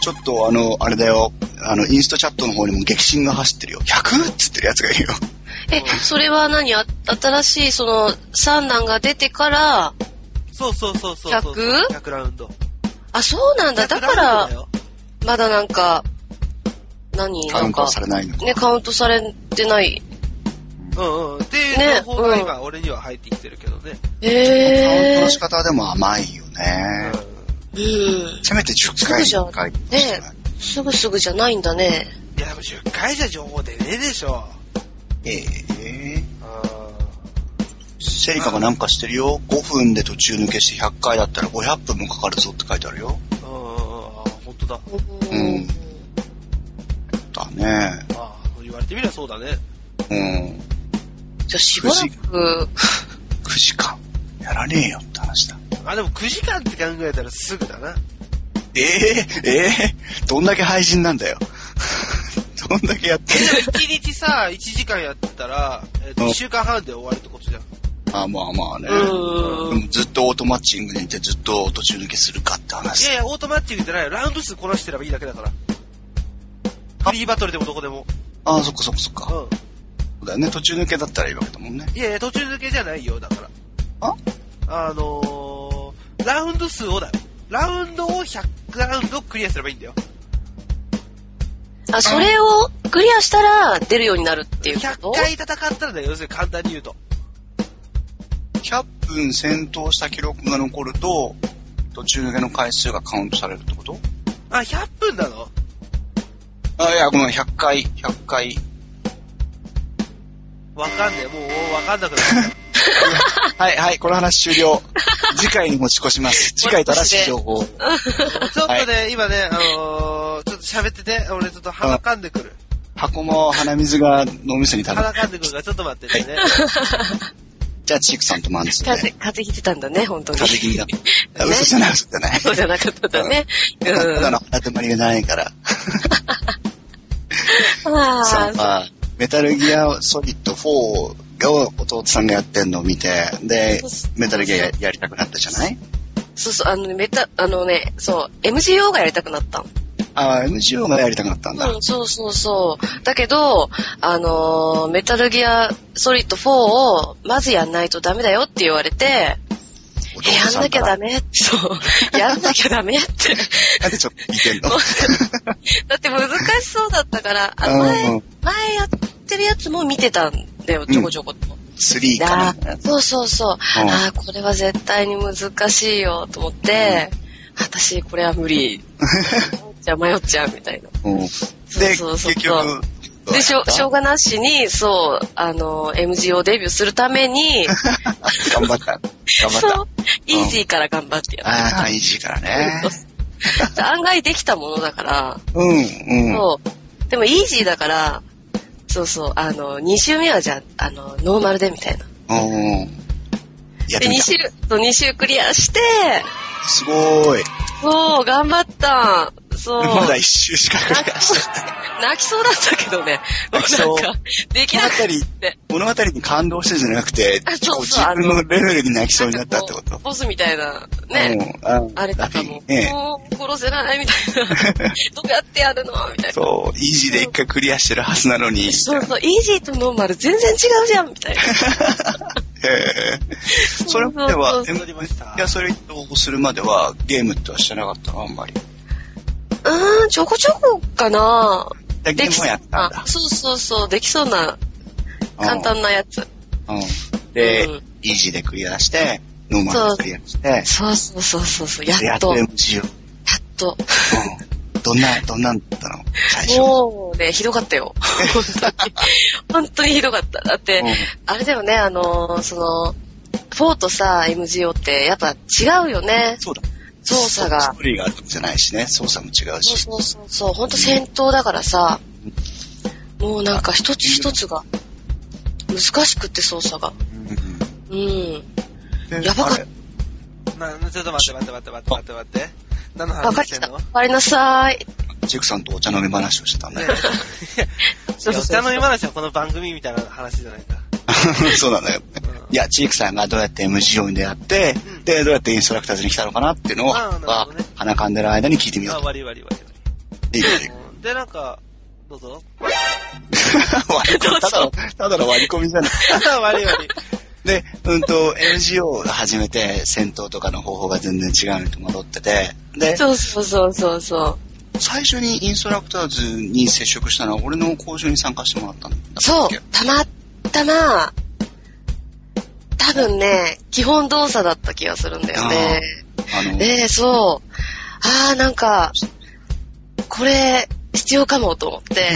S3: ちょっとあの、あれだよ。あの、インストチャットの方にも激震が走ってるよ。100っつってるやつがいるよ。
S4: え、それは何あ新しい、その、三男が出てから、
S2: そうそうそうそうそう。
S4: 100?
S2: 100ラウンド。
S4: あ、そうなんだ。だか
S2: 100ラウンド
S4: ら
S2: だ、よ
S4: まだなんか、何
S3: カ
S4: な
S3: ウ
S4: ん
S3: ント
S4: か
S3: は、されないのか。
S4: ね、カウントされてない。
S2: うんうん。っていう
S4: ね
S2: 情報が今、俺には入ってきてるけど
S3: カウ
S2: ね。
S3: ント
S4: へ
S3: の
S4: ー
S3: 仕方でも甘いよね。
S4: うん。
S3: せめて10
S4: すぐ
S3: 回
S4: じゃん
S3: 1回。
S4: ねすぐすぐじゃないんだね。
S2: いや、でも10回じゃ情報出ねえでしょ。
S3: ええ
S2: あ
S3: セリカがなんかしてるよ。5分で途中抜けして100回だったら500分もかかるぞって書いてあるよ。
S2: ーうんうんうん。あー本当だ。
S3: んだね。
S2: ああ、言われてみればそうだね。
S3: うん。
S4: じゃあしばらく、
S3: 9時間。やらねえよって話だ。
S2: あ、でも9時間って考えたらすぐだな。
S3: ええええどんだけ廃人なんだよ。 どんだけやってる
S2: 1日さ、1時間やったら、えっと
S3: うん
S2: 1週間半で終わるってことじゃん。
S3: あまあまあね。
S4: うん
S3: でもずっとオートマッチングでいてずっと途中抜けするかって
S2: い
S3: 話。
S2: やいや、オートマッチングじゃないよ。ラウンド数こなしてればいいだけだから。フリーバトルでもどこでも。
S3: ああ、そっかそっかそっか。そ
S2: うん。
S3: うだよね。途中抜けだったらいいわけだもんね。
S2: いやいや、途中抜けじゃないよ、だから。
S3: あ
S2: あのー、ラウンド数をだよ。ラウンドを100ラウンドクリアすればいいんだよ。
S4: あ、それをクリアしたら出るようになるっていう
S2: 100
S4: こと
S2: 回戦ったらだよ、要するに簡単に言うと。
S3: 100分戦闘した記録が残ると、途中抜けの回数がカウントされるってこと
S2: あ、100分なの
S3: あ、いや、ごめん、100回、100回。
S2: わかんねえ。もう、わかんなくなる。
S3: はい、はい、この話終 了。次回に持ち越します。次回正しい情報。
S2: ちょっとね、今ね、あのー、ちょっと喋ってて、俺ちょっと鼻かんでくる。
S3: 箱も鼻水が脳みそに溜ま
S2: 鼻
S3: る。
S2: かんでくるから、ちょっと待っててね。
S3: じゃあ、チークさんとマンツー
S4: 風
S3: で。
S4: 邪、風邪ひいてたんだね、本当に。
S3: 風邪気味 だ。あ嘘じゃない、嘘じゃない。
S4: そうじゃなかったんだね。う
S3: ただ
S4: ん。
S3: の鼻とまりがないから。
S4: あ
S3: さん
S4: あ、
S3: は、メタルギアソリッド4を弟さんがやってんのを見て、で、メタルギアややりたくなったじゃない
S4: そうそう、あのね、めた、あのね、そう、MGO がやりたくなったの
S3: ああ、MGO がやりたくなったんだ。
S4: うん、そうそうそう。だけど、あのーメタルギアソリッド4をまずやんないとダメだよって言われて、え、
S3: 弟
S4: や
S3: さ
S4: んなんき
S3: か
S4: ゃ
S3: ら
S4: ダメそう。やんなきゃダメって。
S3: なんでちょっと似てんの
S4: だって難しそうだったから、あ
S3: うん
S4: 前、
S3: うん
S4: 前やってるやつも見てたんだよ、ちょこちょこと。
S3: ?3
S4: あ
S3: か
S4: ー
S3: な。
S4: そうそうそう。
S3: うん
S4: ああ、これは絶対に難しいよと思って、私これは無理。じゃあ迷っちゃうみたいな。
S3: うんで、
S4: そう
S3: 結
S4: そうそう
S3: 局、
S4: で、しょ、しょう
S3: が
S4: がなしに、そう、あの、MGO デビューするために、
S3: 頑張った。頑
S4: そ
S3: 張っ
S4: う、イージーから頑張って
S3: た。
S4: やっ
S3: ああ、いい時からね。
S4: た。案外できたものだから、
S3: うん、うん。
S4: そう。でもイージーだから、そうそう、あの、2周目はじゃあ、あの、ノーマルでみたいな。
S3: うん。やっ
S4: で、
S3: て
S4: 2
S3: みた。
S4: 周、そう、2周クリアして、
S3: すごーい。
S4: そう、頑張った。そう。
S3: まだ一周しか繰り返してない。
S4: 泣きそうだったけどね。も
S3: 泣きそう
S4: うなんか、できなくて。
S3: 物語に感動してじゃなくて、
S4: あそうそう
S3: こ自分のレベルに泣きそうになったってこと。
S4: ボスみたいな、ね、
S3: うん、あ
S4: あれとかも、
S3: ね
S4: もう殺せないみた いな。どうやってやるのみたいな。
S3: そう、イージーで一回クリアしてるはずなのに。
S4: そうそう、イージーとノーマル全然違うじゃんみたいな。
S3: へえ それまで
S4: そ
S3: は
S4: う、
S3: え
S2: 戻りました
S3: い。や、それをするまではゲームってはしてなかったの、あんまり。
S4: うーん、ちょこちょこかな
S3: だけ
S4: で
S3: ど
S4: き
S3: も
S4: そう
S3: やったん
S4: な
S3: だ。。
S4: そうそうそう、できそうな、簡単なやつ。
S3: うん。うん。で、
S4: うん
S3: イージーでクリアして、ノーマルでクリアして、
S4: そうそうそうそうそう、
S3: で
S4: や
S3: や
S4: っ
S3: っ
S4: と、
S3: と
S4: やっ
S3: MG を。
S4: と。
S3: うん。どんな、どんなんだったの最初。
S4: もうね、ひどかっ たよ。本当に。本当にひどかった。だって、
S3: うん
S4: あれだよね、あのーその、4とさ、MGO ってやっぱ違うよね。
S3: そうだ。
S4: 操作が
S3: ストーリーがあるわけじゃないしね、操作も違う
S4: そう
S3: し。
S4: そうそうそう、本当戦闘だからさ、もうなんか一つ一つが、難しくって操作が。
S3: うん
S4: うん。
S3: で
S4: やばかっ
S3: あれ
S2: な、ちょっと待って待って待って待って待って待って。何の
S4: わか
S2: 話
S4: り
S2: して
S4: た。
S2: んの
S4: わかりなさい。
S3: ジェクさんとお茶飲み話をしてたんだ
S2: ね
S3: よ。
S4: そう
S2: いや
S4: そう
S2: お
S4: そ
S2: 茶
S4: う
S2: の湯話はこの番組みたいな話じゃないか。
S3: そうなのよ。いや、チークさんがどうやって MGO に出会って、
S2: うん
S3: で、どうやってインストラクターズに来たのかなっていうのを、
S2: あーなるほどね
S3: 鼻かんでる間に聞いてみよ
S2: あ、
S3: うと。
S2: 悪い悪い悪い
S3: いいよいいよ
S2: 悪い。で、なんか、どう ぞ。
S3: 割り込みただの、ただの割り込みじゃない。
S2: 悪い悪い。
S3: で、うんと、MGO が始めて、戦闘とかの方法が全然違うのに戸惑ってて、で、
S4: そうそうそうそうそ
S3: 最初にインストラクターズに接触したのは、俺の講習に参加してもらったんだっ
S4: う。
S3: け
S4: そう、たまたま、多分ね、基本動作だった気がするんだよね。
S3: あの、
S4: ねえ、そう。ああ、なんか、これ、必要かもと 思って、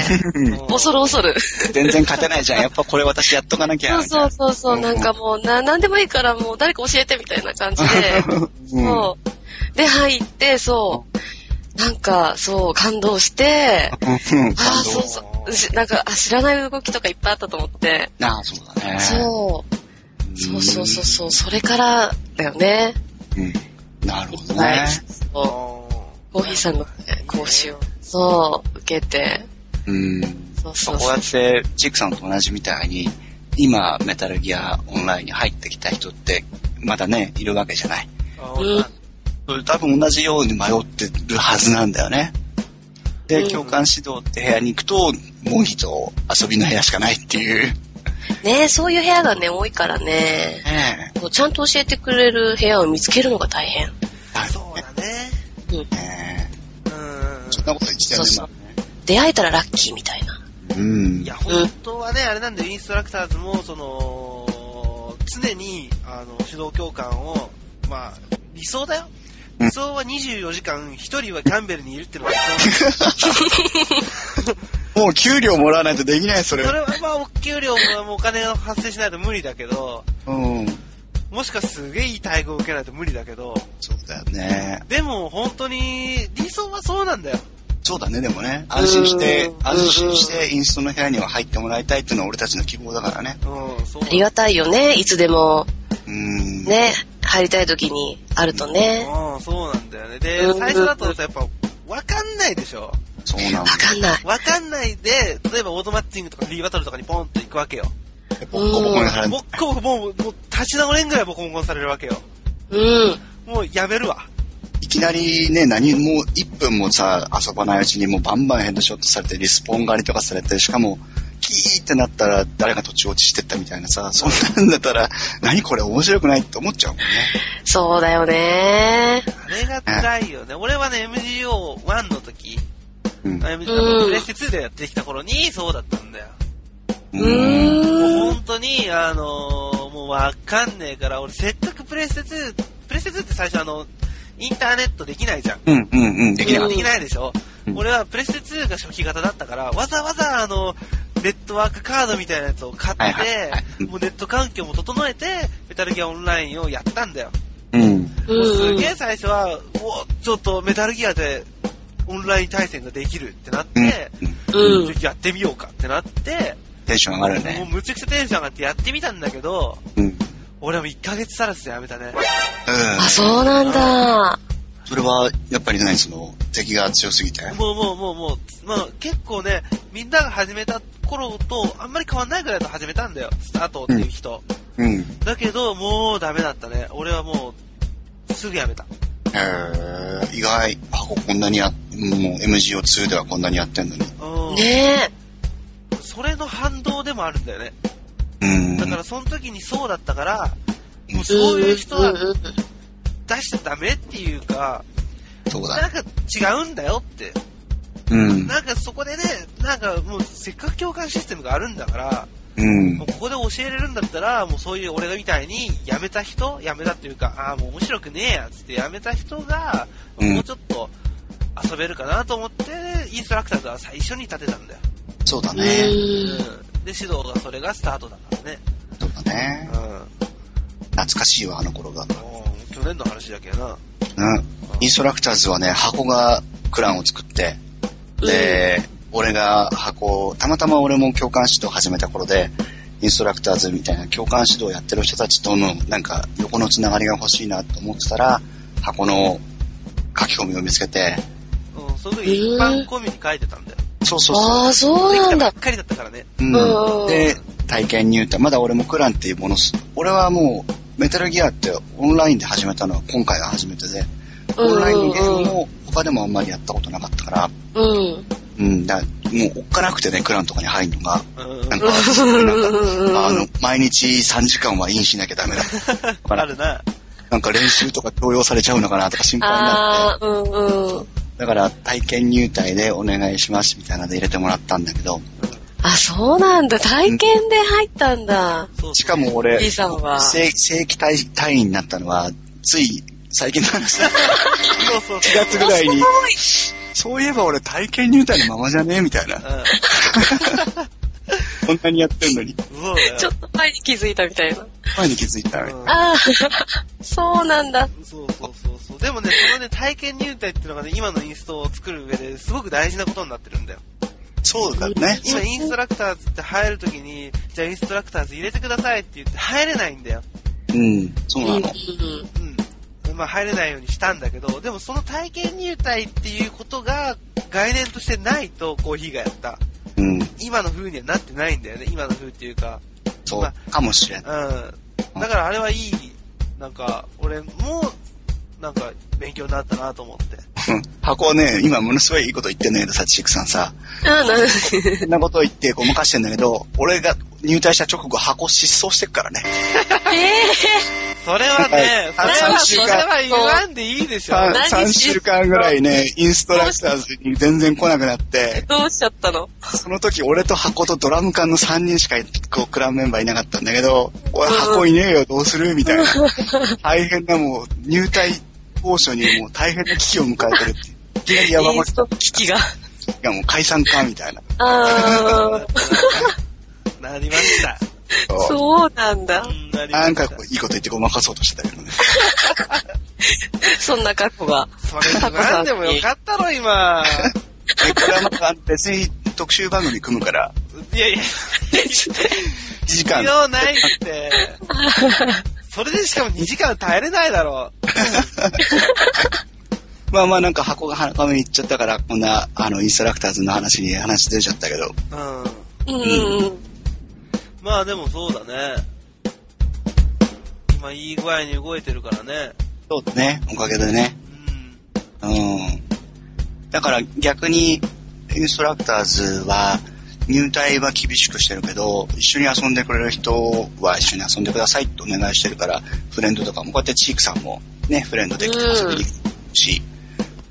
S4: 恐る恐る。
S3: 全然勝てないじゃん。やっぱこれ私やっとかなきゃ。
S4: そうそうそうそう、
S3: うん
S4: なんかもう、な、なんでもいいから、もう誰か教えてみたいな感じで、
S3: うん
S4: そう。で、入って、そう。なんか、そう、感動して、
S3: うんうん
S4: ああ、
S3: 感
S4: そう
S3: 動。
S4: そう。しなんか、あ知らない動きとかいっぱいあったと思って、
S3: なあ、そうだね。
S4: そう。
S3: うん
S4: そうそうそうそう、それからだよね。
S3: うん。なるほど
S4: はい
S3: ね。。
S4: そう。コーヒーさんの講習を、そう、受けて、
S3: うん。
S4: そう
S3: そ
S4: そううそ
S3: や
S4: う。
S3: って、チークさんと同じみたいに、今、メタルギアオンラインに入ってきた人って、まだね、いるわけじゃない。
S4: うん
S3: 多分同じように迷ってるはずなんだよね。で、
S4: うん
S3: 共感指導って部屋に行くと、もう一度遊びの部屋しかないっていう。
S4: ねそういう部屋がね、多いからね。
S3: ね
S4: こうちゃんと教えてくれる部屋を見つけるのが大変。
S2: そうだね。
S4: うん
S3: え。ね
S2: うん
S3: え。そんなこと言ってたよね、
S4: そうそう
S3: ま
S4: 出会えたらラッキーみたいな。
S3: だねうん
S2: いや、本当はね、あれなんだよ、インストラクターズも、その、常に、あの、指導教官を、まあ、理想だよ。
S3: うん
S2: 理想は24時間、一人はキャンベルにいるってのが理想なんだ
S3: もう給料もらわないとできない、そ
S2: け
S3: れ
S2: ど。それはまあ、お給料もお金が発生しないと無理だけど、
S3: うん。
S2: もしかすげえいい待遇を受けないと無理だけど、
S3: そうだよね。
S2: でも本当に、理想はそうなんだよ。
S3: そうだね、でもね。安心して
S4: う、ん
S3: 安心してインストの部屋には入ってもらいたいっていうのは俺たちの希望だからね。
S2: うん、そう
S4: あ。りがたいよね、いつでも。
S3: うん。
S4: ね、入りたい時にあるとね。
S2: うん、そうなんだよね。で
S4: う、ん
S2: 最初だとさ、やっぱ、わかんないでしょ。
S3: そうなん
S4: わ
S3: だ。
S4: かんない。
S2: わかんないで、例えばオートマッチングとかフリーバトルとかにポンと行くわけよ。
S3: ボッコボコに
S2: も
S3: 払
S2: っこもこもう、もう立ち直れんぐらいボコボコにされるわけよ。
S4: うん。
S2: もうやめるわ。
S3: いきなりね、何も、1分もさ、遊ばないうちにもうバンバンヘッドショットされて、リスポーン狩りとかされて、しかも、キーってなったら誰が土地落ちしてったみたいなさ、そんなんだったら、何これ面白くないって思っちゃうもんね。
S4: そうだよね。
S2: あれが辛いよね。俺はね、MGO1 の時、
S3: うん
S2: あ MGO あのプレステ2でやってきた頃に、そうだったんだよ。
S3: う
S4: う
S3: ん。
S2: もう
S4: ーん。
S2: 本当に、あのーもうわかんねえから、俺せっかくプレステ2、プレステ2って最初あの、インターネットできないじゃん。
S3: うん、うん、うん、できなかっ
S2: できないでしょ、
S3: うん
S2: 俺はプレステ2が初期型だったから、わざわざあの、ネットワークカードみたいなやつを買って、
S3: はいはいはいうん
S2: もうネット環境も整えて、メタルギアオンラインをやったんだよ。
S3: た。うん。
S4: う
S2: もうす
S4: ん
S2: げえ最初は、おちょっとメタルギアでオンライン対戦ができるってなって、
S3: うん。
S4: うん。
S2: ちょっとやってみようかってなって、
S3: テンション上がる
S2: もう
S3: ね。
S2: むちゃくちゃテンション上がってやってみたんだけど、
S3: うん。うん。
S2: 俺も1ヶ月足らずでやめたね。
S4: あ、そうなんだ。
S3: それは、やっぱり何その、敵が強すぎて。
S2: もうもうもうもう、まあ結構ね、みんなが始めた頃とあんまり変わんないぐらいと始めたんだよ、スタートっていう人。
S3: うん。へ
S2: だけど、もうダメだったね。俺はもう、すぐやめた。
S3: ー、意外、箱こんなにや、もう MGO2 ではこんなにやってんのに。
S2: うん。
S4: ね
S2: それの反動でもあるんだよね。
S3: うん。
S2: だからその時にそうだったから、もうそういう人
S4: うん
S2: は
S4: うん
S2: 出しちゃダメっていうか、
S3: そうだ
S2: なんか違うんだよって。
S3: うん。
S2: なんかそこでね、なんかもうせっかく共感システムがあるんだから、
S3: うん
S2: もう。ここで教えれるんだったら、もうそういう俺みたいに、辞めた人、辞めたっていうか、ああ、もう面白くねえや、つって辞めた人が、
S3: うん
S2: もうちょっと遊べるかなと思って、インストラクターズは最初に立てたんだよ。
S3: そうだ
S4: うんう
S3: ね。
S2: うん
S4: ん。
S2: で、指導がそれがスタートだからね。
S3: そうだね。
S2: う
S3: 懐かしいわ、あの頃が。
S2: ん。もう去年の話だけどな。
S3: うん。インストラクターズはね、箱がクランを作って、で、俺が箱を、たまたま俺も教官指導を始めた頃で、インストラクターズみたいな教官指導をやってる人たちとの、なんか、横のつながりが欲しいなと思ってたら、箱の書き込みを見つけて、
S2: うん、その時一般コミュに書いてたんだよ。
S3: そうそうそう。
S4: ああ、そう
S2: でき
S4: な
S2: た
S4: ん
S2: ば
S4: だ
S2: っ。かりだったからね。
S3: うん、で、体験入隊。まだ俺もクランっていうものす、俺はもう、メタルギアってオンラインで始めたのは今回が初めてで、オンラインのゲームも他でもあんまりやったことなかったから、
S4: うんうん。
S3: うん、だもうおっかなくてね、クランとかに入るのが、
S2: うん。
S3: なんか、なんかあの、毎日3時間はインしなきゃダメだ。
S2: あるな。
S3: なんか練習とか強要されちゃうのかなとか心配になって。
S4: ああ、うんうん。
S3: だから体験入隊でお願いしますみたいなので入れてもらったんだけど、
S4: あ、そうなんだ。体験で入ったんだ。
S2: そう
S3: しかも俺、
S4: B さんは。
S3: 正正規隊隊員になったのは、つい最近の話だ。
S2: そう そう
S3: 4
S2: そう。
S3: 月ぐらいに。そういえば俺体験入隊のままじゃねえみたい な。
S2: うん。
S3: こんなにやってんのに。
S2: そうだよ。
S4: ちょっと前に気づいたみたいな。
S3: 前に気づいた。
S2: うん
S4: ああ、そうなんだ。
S2: そうそうそうそう。でもね、そのね、体験入隊っていうのがね、今のインストを作る上ですごく大事なことになってるんだよ。
S3: そうだね。
S2: 今、インストラクターズって入るときに、じゃあインストラクターズ入れてくださいって言って入れないんだよ。
S3: うん、そうなの。
S4: うん
S2: うん。まあ入れないようにしたんだけど、でもその体験入隊っていうことが概念としてないと、コーヒーがやった。今の風にはなってないんだよね。今の風っていうか。
S3: そ
S2: ま
S3: うかもしれない。
S2: うん。だからあれはいい、なんか、俺も、なんか、勉強になったなと思って。
S3: うん箱ね、今ものすごいいいこと言ってんだけどさ、チークさんさ。
S4: うん、なん
S3: そんなこと言ってごまかしてんだけど、俺が入隊した直後箱失踪してっからね。
S4: え
S2: それ
S3: はい
S2: はね、それは、
S3: あ
S2: それ
S3: 三週間
S2: は言わんでいいでしょ。
S4: 何
S3: 3週間ぐらいね、インストラクターズに全然来なくなって
S4: ー、、どうしちゃったの
S3: その時俺と箱とドラム缶の3人しかこうクラブメンバーいなかったんだけど、俺箱いねえよ、どうするみたいな。大変なもう、入隊当初にもう大変な危機を迎えてるっていう。いきなり山
S4: イン
S3: 本
S4: スト危機が。
S3: がもう解散か、みたいな。
S4: あ
S2: なりました。
S4: あ、そうなんだ。
S2: なりました。
S3: なんかこういいこと言ってごまかそうとしてたけどね。
S4: そんな過去が。
S2: それ言わんでもよかったろ、今。
S3: で、ドラム缶別に特集番組組むから、
S2: いやいや、
S3: 1時間
S2: 必。要ないって。それでしかも2時間耐えれないだろう。
S3: まあまあなんか箱が花亀に行っちゃったから、こんな、あの、インストラクターズの話に話出ちゃったけど。
S2: うん。
S4: うんうんうん。
S2: まあでもそうだね。今いい具合に動いてるからね。
S3: そうだね。おかげでね。
S2: うん。
S3: うん。だから逆に、インストラクターズは、入隊は厳しくしてるけど、一緒に遊んでくれる人は一緒に遊んでくださいってお願いしてるから、フレンドとかも、こうやってチークさんもね、フレンドできて遊びに来てるし、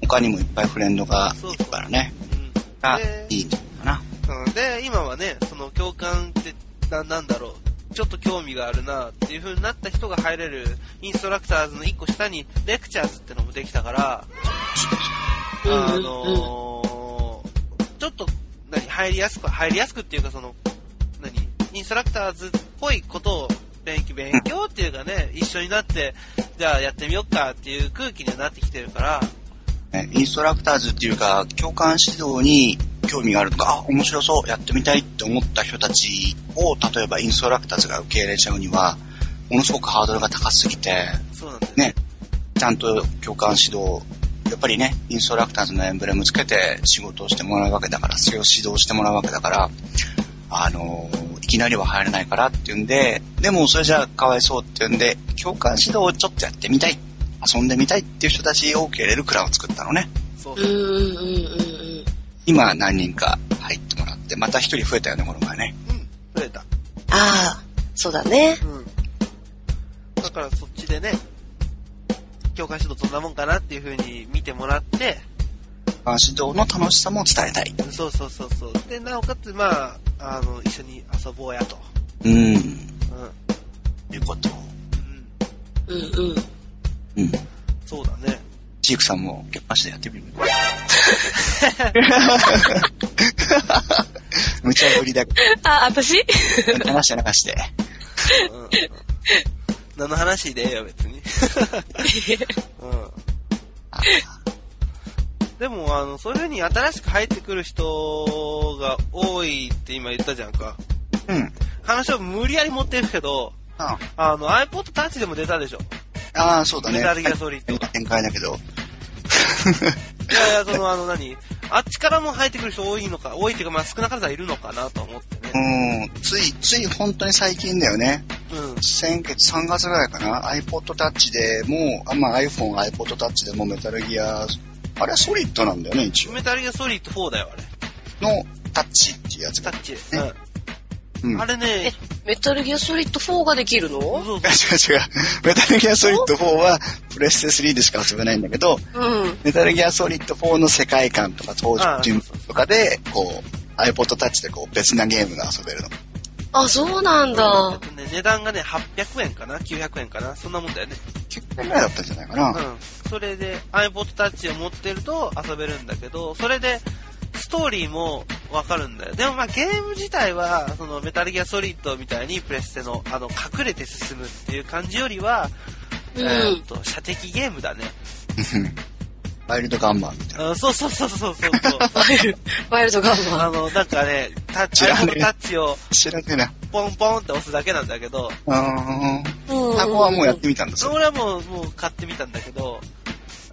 S3: 他にもいっぱいフレンドがいるからね。
S2: うん
S3: あ
S2: ね、
S3: いいんじゃないかな。
S2: うんで、今はね、その共感ってな、なんだろう、ちょっと興味があるなっていう風になった人が入れるインストラクターズの一個下にレクチャーズってのもできたから、
S4: うんうんうん
S2: あのーちょっと、何、入りやすく、入りやすくっていうかその、何、インストラクターズっぽいことを勉強、勉強っていうかね、一緒になって、じゃあやってみよっかっていう空気にはなってきてるから、
S3: ねインストラクターズっていうか、教官指導に興味があるとか、あ、面白そう、やってみたいって思った人たちを、例えばインストラクターズが受け入れちゃうには、ものすごくハードルが高すぎて、
S2: そうなんだよね。
S3: ね、ちゃんと教官指導、やっぱりね、インストラクターズのエンブレムつけて仕事をしてもらうわけだから、それを指導してもらうわけだから、あのーいきなりは入れないからっていうんで、でもそれじゃあかわいそうっていうんで、教官指導をちょっとやってみたい、遊んでみたいっていう人たちを受け入れる蔵を作ったのね。
S2: そう
S4: うんうんうんうん
S3: 今何人か入ってもらって、また一人増えたよね、この前ね。
S2: うん、増えた。
S4: ああ、そうだね。
S2: うん。だからそっちでね、教科指導どんなもんかなっていう風に見てもらって、
S3: 監視導の楽しさも伝えたい。
S2: そうそうそうそう。で、なおかつ、まあ、あの、一緒に遊ぼうやと。
S3: うん。
S2: うん。
S3: いうことを。
S2: うん。
S4: うんう
S3: う
S4: ん。
S3: ん。
S2: そうだね。
S3: ジークさんも、結婚してやって みる無茶ぶりだけ
S4: あ、私
S3: ど、流して流して。
S2: うん。何の話でええよ、別に。うん。
S3: あ
S2: でも、あの、そういう風に新しく入ってくる人が多いって今言ったじゃんか。
S3: うん。
S2: 話を無理やり持っていくけど、
S3: あ
S2: あの、iPod Touch でも出たでしょ。
S3: あー、そうだね。
S2: メタルギアソリッドが
S3: 展開だけど。
S2: いやいや、その、あの、何あっちからも入ってくる人多いのか、多いっていうか、まあ、少なからずはいるのかなと思って
S3: う
S2: ね。
S3: ん。つい、つい本当に最近だよね。
S2: うん。
S3: 先月3月ぐらいかな iPod Touch でもあ、まあ、iPhone、iPod Touch でもメタルギア、あれはソリッドなんだよね、一応。
S2: メタルギアソリッド4だよ、あれ。
S3: のタッチっていうやつ
S2: タ
S3: が。
S2: ッチ。
S3: ねう。
S2: うん
S3: 違
S2: ん。
S3: う
S2: あれね、
S4: メタルギアソリッド4ができる
S2: そう
S4: の
S2: そう。
S3: 違う。メタルギアソリッド4はプレステ3でしか遊べないんだけど、
S4: うん。
S3: メタルギアソリッド4の世界観とか登場人物とかで、こう、iPod Touch でこう別なゲームが遊べるの。
S4: あ、そうなん
S2: えっ
S4: だ。
S2: とね、値段がね、800円かな ?900 円かなそんなもんだよね。
S3: 9回ぐらいだったんじゃないかな。
S2: うん。それで、iPod Touch を持ってると遊べるんだけど、それで、ストーリーもわかるんだよ。でもまあゲーム自体は、そのメタルギアソリッドみたいにプレステの、あの、隠れて進むっていう感じよりは、
S4: う
S2: え
S4: ん
S2: ーっと、射的ゲームだね。
S3: ワイルドガンマンみたいな。
S2: うん、そうそうそうそうそうそう。
S4: ワイルワイルドガンマ
S2: あ
S4: ン。
S2: の、なんかね、タッチ、
S3: 知らねえ
S2: iPhone タッチを
S3: 知らねえな。
S2: ポンポンって押すだけなんだけど、
S3: うーん。
S4: うん
S3: タコはもうやってみたんだ、それ
S2: それはもう、もう買ってみたんだけど、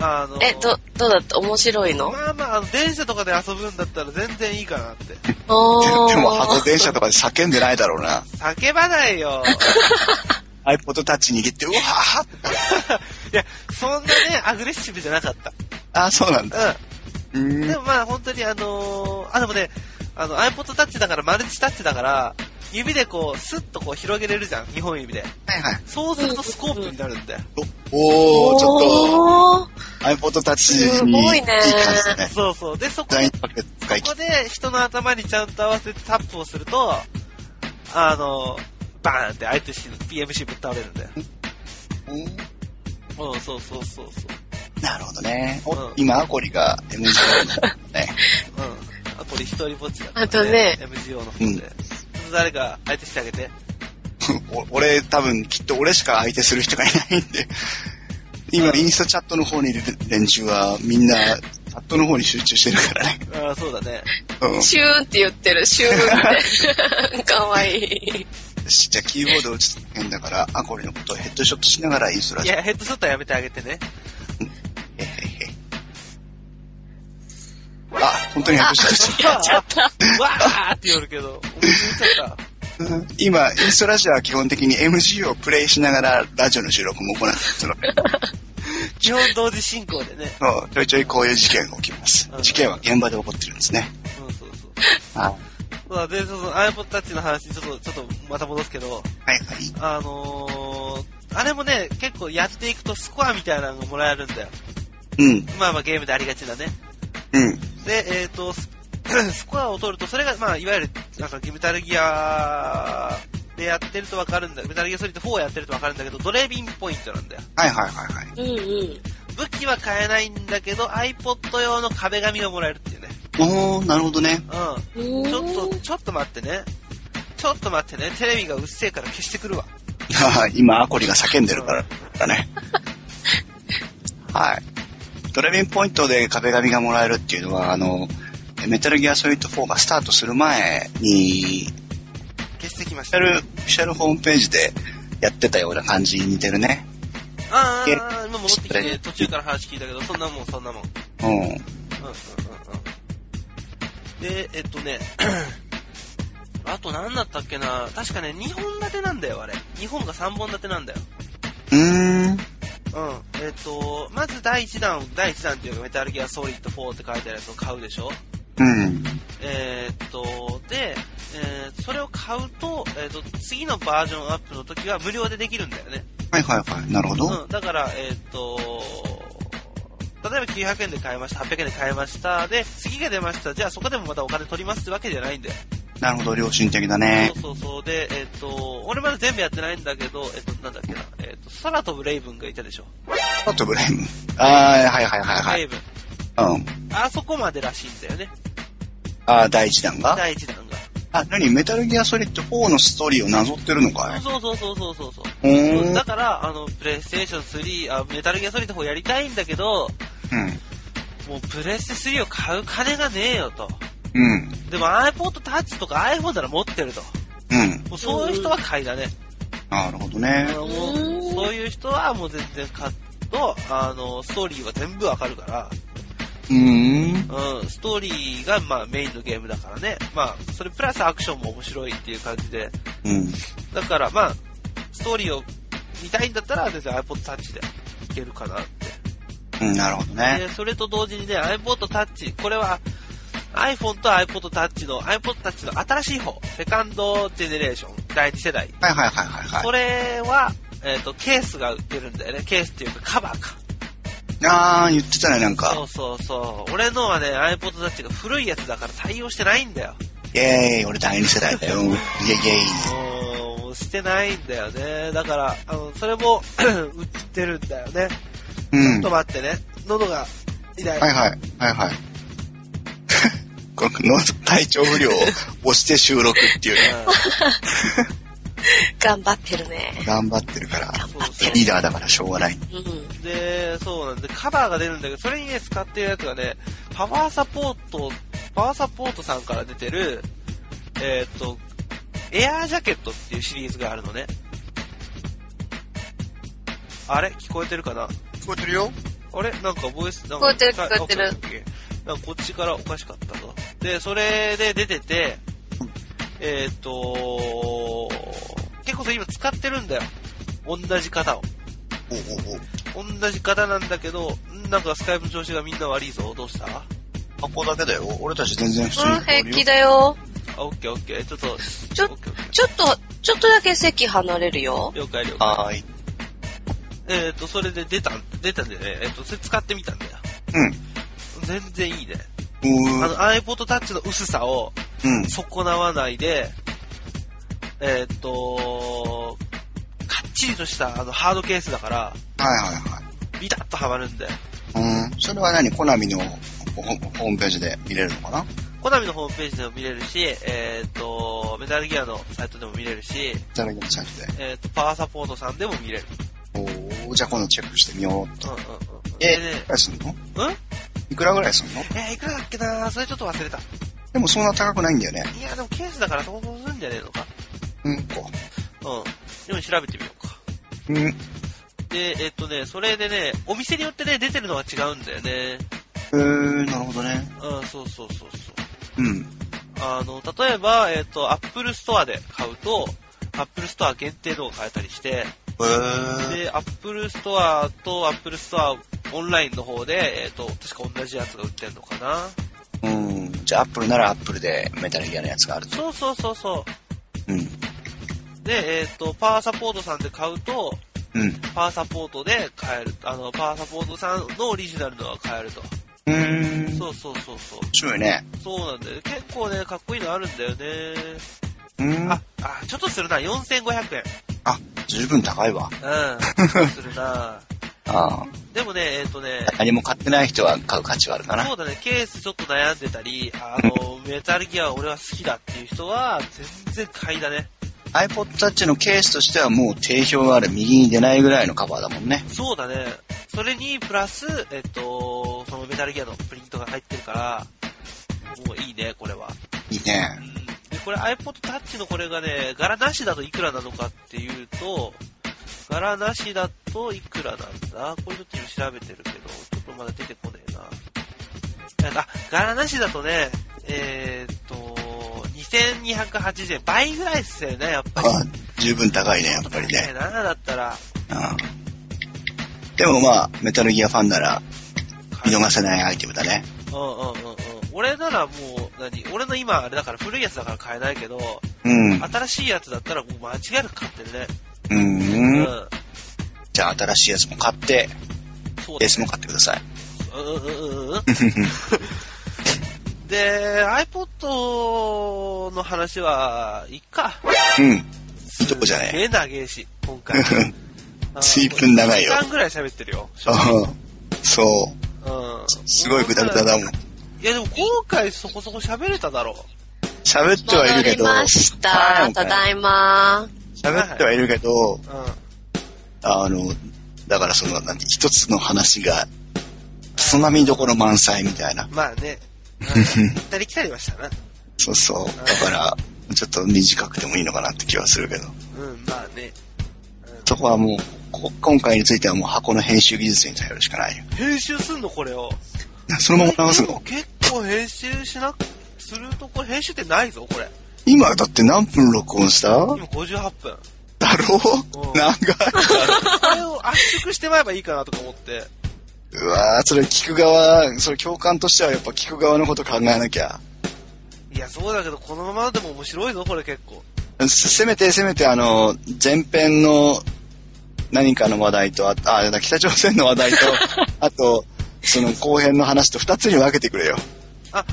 S2: あの
S4: え、ど、どうだった面白いの
S2: まあまああの、電車とかで遊ぶんだったら全然いいかなって。
S4: おー。
S3: でも箱電車とかで叫んでないだろうな。
S2: 叫ばない よ。
S3: iPod タッチ握って、うわー
S2: いや、そんなね、アグレッシブじゃなかった。
S3: あ、そうなんだ。う
S2: うん。で
S3: ん。
S2: もまあ、本当にあのーあ、でもね、あの、iPod Touch だから、マルチタッチだから、指でこう、スッとこう広げれるじゃん、2本指で。
S3: はいはい。
S2: そうするとスコープになるんだよ。
S3: おー、ちょっ
S4: おー。
S3: と、iPod タッチ
S4: す
S3: にいい
S4: ご
S3: 感
S4: い
S3: じ
S4: ね
S3: だね。
S2: そうそう。で、そこ
S3: ザイ
S2: で
S3: ンパケット使い
S2: こ
S3: 切
S2: こで人の頭にちゃんと合わせてタップをすると、あの、バーンって相手し PMC ぶっ倒れるんだよ。
S3: うん
S2: うん、そうそうそうそう。
S3: なるほどね。お
S2: うん
S3: 今、アコリが MGO のね。
S2: うん。あ、これ一人ぼっちだから、ね。
S4: あとね
S2: MGO の方で。
S3: うん
S2: 誰か相手してあげて。
S3: お俺、多分、きっと俺しか相手する人がいないんで。今、インスタチャットの方にいる連中は、みんな、チャットの方に集中してるからね。
S2: ああ、そうだね。
S3: うん。
S4: シューンって言ってる、シューン って。かわいい。
S3: しじゃあ、キーボード打つ変だ から、アコリのことをヘッドショットしながらインストラ
S2: い
S3: ジオ。
S2: や、ヘッドショットはやめてあげてね。
S3: へへへあ、本当にヘッドショットし
S2: やっちゃった。わーって言るけど、思いついちゃった。
S3: た今、インストラジオは基本的に MG をプレイしながら、ラジオの収録も行ってるわけ。
S2: 基本同時進行でね。
S3: そうちょいちょいこういう事件が起きます
S2: う。ん
S3: 事件は現場で起こってるんですね。
S2: うん、そうそう。
S3: はい。
S2: そうだで、その iPod Touch の話にちょっと、ちょっとまた戻すけど、
S3: はいはい。
S2: あのー、あれもね、結構やっていくとスコアみたいなのがもらえるんだよ。
S3: うん、
S2: まあまあゲームでありがちだね。
S3: うん。
S2: で、えっ、と、ス スコアを取ると、それが、まあ、いわゆる、なんか、メタルギアでやってるとわかるんだメタルギアソリッド4をやってるとわかるんだけど、ドレビンポイントなんだよ。
S3: はいはいはいはい。
S4: うんうん。
S2: 武器は買えないんだけど、iPod 用の壁紙がもらえるっていうね。
S3: おー、なるほどね。
S2: う
S4: ち
S2: ん。ちょっと、ちょっと待ってね。ちょっと待ってね。テレビがうっせえから消してくるわ。
S3: 今、アコリが叫んでるからだね。 はい。ドレビンポイントで壁紙がもらえるっていうのは、あの、メタルギアソリッド4がスタートする前に、オフ
S2: 消してきま
S3: ィシ
S2: した。
S3: ャ
S2: あ
S3: ル、オフィシャルホームページでやってたような感じに似てるね。
S2: あー、あー今戻ってき
S3: え
S2: て、途中から話聞いたけど、そんなもん、そんなもん。うん、
S3: う
S2: うん、うん、うん。で、えっとね、 あと何だったっけな確かね、2本立てなんだよ、あれ。2本が3本立てなんだよ。
S3: ん。うーん。
S2: うん。えっと、まず第1弾、第1弾っていうか、メタルギアソリッド4って書いてあるやつを買うでしょ
S3: うん。
S2: えーっと、で、えーそれを買うと、えーっと、次のバージョンアップの時は無料でできるんだよね。
S3: はいはいはい。なるほど。
S2: うん。だから、えーっと、例えば900円で買いました、800円で買いました、で、次が出ました、じゃあそこでもまたお金取りますってわけじゃないんだよ。
S3: なるほど、良心的だね。
S2: そうそうそう。で、えーっと、俺まだ全部やってないんだけど、えーっと、なんだっけな、えーっと、空飛ぶレイブンがいたでしょ。
S3: あとブレイム。あー、はいはいはい
S2: レイブン。
S3: はい。うん。
S2: あそこまでらしいんだよね。
S3: あー、第1弾が
S2: 第1弾が。
S3: あ、何メタルギアソリッド4のストーリーをなぞってるのかい
S2: そうそうそうそうそうそう。
S3: うーん。
S2: だから、あの、プレイステーション3、あメタルギアソリッド4やりたいんだけど、もうプレイステ3を買う金がねえよと。
S3: うん。うん。
S2: でも iPod Touch とか iPhone なら持ってると。
S3: うん。
S2: もうそういう人は買いだね。
S3: なるほどね
S2: あ。のもう
S4: うん
S2: そういう人はもう全然買うと、あの、ストーリーは全部わかるか
S3: うーん。
S2: ら、うん、ストーリーがまあメインのゲームだからね。まあ、それプラスアクションも面白いっていう感じで。
S3: うん。
S2: だからまあ、ストーリーを見たいんだったら全然 iPod Touch でいけるかなって。
S3: うん、なるほどね。
S2: でそれと同時にね、iPod Touch、これは iPhone と iPod Touch の、iPod Touch の新しい方、セカンドジェネレーション、第二世代。
S3: はいはいはいはいは
S2: これは、えっ、と、ケースが売ってるんだよね。ケースっていうかカバーか。
S3: い。あー、言ってたね、なん
S2: そ
S3: か
S2: う。そうそう。俺のはね、iPod Touch が古いやつだから対応してないんだよ。
S3: イェーイ、俺第2世代だよ。イェイイェイ。
S2: もう、してないんだよね。だから、あの、それも 売ってるんだよね。ち
S3: う
S2: ょっ
S3: ん。
S2: と
S3: は
S2: 待ってね。喉が痛い。
S3: いはい。はいはい。この体調不良を押して収録っていうね。
S2: うん
S4: 頑張ってるね。
S3: 頑張ってるから。
S2: そうそう
S3: リーダーだからしょうがない。
S4: うん。
S2: で、そうなんで、カバーが出るんだけど、それにね、使ってるやつがね、パワーサポート、パワーサポートさんから出てる、えーっと、エアージャケットっていうシリーズがあるのね。あれ聞こえてるかな
S3: 聞こえてるよ。
S2: あれなんかボイス、なん
S4: 聞こ
S2: か
S4: えてる
S2: さ
S4: 聞こえてる
S2: あオッケーオッケーなんかこっちからおかしかったぞ。で、それで出てて、えーっ、と結構それ今使ってるんだよ。同じ型を。
S3: おうおうおう
S2: 同じ型なんだけど、んなんかスカイプの調子がみんな悪いぞ。どうしたあ、
S3: 箱だけだよ。俺たち全然普通に
S4: うん、
S3: 交流
S4: 平気だよ。
S2: オッケーオッケー。ちょっと、
S4: ちょ
S2: オッケーオッケ
S4: ちょっと、ちょっとだけ席離れるよ
S2: ー。了解了解。
S3: はーい。
S2: えーっ、と、それで出た、出たんでね、えーっ、と、それ使ってみたんだよ。全然いいね。
S3: うん。うー
S2: あの、iPod Touch の薄さを、
S3: うん。
S2: 損なわないで、えーっと、かっちりとしたあのハードケースだから、
S3: はいはいはい。
S2: ビタッとはまるんで、
S3: うん。それは何コナミのホホホームページで見れるのかな
S2: コナミのホームページでも見れるし、えーっと、メタルギアのサイトでも見れるし、
S3: ザラギのサイトで。
S2: えーっと、パワーサポートさんでも見れる。
S3: おーじゃあ今度チェックしてみよう
S2: うん
S3: と。
S2: うんうん。
S3: え、い
S2: でね
S3: くらすんの
S2: うん
S3: いくらぐらいすんの
S2: えーいくらだっけなそれちょっと忘れた。
S3: でもそんな高くないんだよね。
S2: いや、でもケースだからそこそこするんじゃねえのか。
S3: うん、こ
S2: うん。でも調べてみようか。
S3: う。うん。へ
S2: で、えーっとね、それでね、お店によってね、出てるのは違うんだよね。
S3: ー、なるほどね。
S2: うん、そうそうそうそう。
S3: うん。
S2: あの、例えば、えっ、と、アップルストアで買うと、アップルストア限定のを買えたりして、
S3: えー。
S2: で、アップルストアとアップルストアオンラインの方で、えっ、と、確か同じやつが売ってるのかな。
S3: うん。じゃあアップルならアップルでメタルギアのやつがあると。
S2: そうそうそうそ
S3: うん。
S2: う。で、えっ、と、パワーサポートさんで買うと、
S3: うん。
S2: パワーサポートで買える。あの、パワーサポートさんのオリジナルのが買えると。
S3: うーん。面
S2: そうそうそうそう。
S3: 白いね。
S2: そうなんだよ。結構ね、かっこいいのあるんだよね。
S3: うん。
S2: あ
S3: あ、、
S2: あ、ちょっとするな。4500円。
S3: 十分高いわ。
S2: うん。ちょっとする な。
S3: あ
S2: でもね、えっ、とね、
S3: あ。何も買ってない人は買う価値はあるかな。
S2: そうだね、ケースちょっと悩んでたり、あの、メタルギア俺は好きだっていう人は、全然買いだね。
S3: iPod Touch のケースとしてはもう定評がある右に出ないぐらいのカバーだもんね。
S2: そうだね。それに、プラス、えっと、そのメタルギアのプリントが入ってるから、もういいね、これは。
S3: いいね
S2: う。ん。で、これ iPod Touch のこれがね、柄なしだといくらなのかっていうと、柄なしだといくらなんだこれちょっと今調べてるけど、ちょっとまだ出てこねえな。あ、柄なしだとね、えーっと、2280円、倍ぐらいっすよね、やっぱり。
S3: あ十分高いね、やっぱりね。
S2: 7だったら、
S3: うんでもまあ、メタルギアファンなら見逃せないアイテムだね。
S2: うんうんうんうん。俺ならもう、何俺の今、あれだから古いやつだから買えないけど、
S3: うん。
S2: 新しいやつだったらもう間違いなく買ってるね。
S3: うん。
S2: うん
S3: じゃあ新しいやつも買って、
S2: そう
S3: ケー
S2: です
S3: スも買ってください。
S2: うんうんうん うん。で、iPod の話は、いっか。
S3: うん。 いとこじゃ
S2: す
S3: ね
S2: げえ長えし、今回。
S3: 随分長いよ
S2: 1時間ぐらい喋ってるよ。
S3: え。うんそ
S2: うん。
S3: う。すごいグダグダだもん。
S2: いやでも今回そこそこ喋れただろ
S3: 喋ってはいるけど、
S4: 戻りまし
S3: は
S4: た。
S3: い
S4: ただいま。
S3: 喋ってはいるけど、
S2: う。うん。
S3: あの、だからその、なんて一つの話が、つまみどころ満載みたいな。
S2: まあ ね。うん行ったり来たりはしたな。
S3: そうそう。だから、ちょっと短くてもいいのかなって気はするけど。
S2: うん、まあね。
S3: そこはもう、こ今回についてはもう箱の編集技術に頼るしかないよ。
S2: 編集すんのこれを。
S3: そのまま流す
S2: でも
S3: の
S2: 結構編集しなく、するとこれ編集ってないぞ、これ。
S3: 今だって何分録音しただろ
S2: 今58分。
S3: う
S2: うん
S3: 長い。
S2: これを圧縮してまえばいいかなとか思って。
S3: うわー、それ聞く側、それ共感としてはやっぱ聞く側のこと考えなきゃ。
S2: いや、そうだけど、このままでも面白いぞ、これ結構。
S3: せせめてせめてあの、前編の何かの話題と、あ、あれだ、北朝鮮の話題と、あと、その後編の話と二つに分けてくれよ。
S2: あ、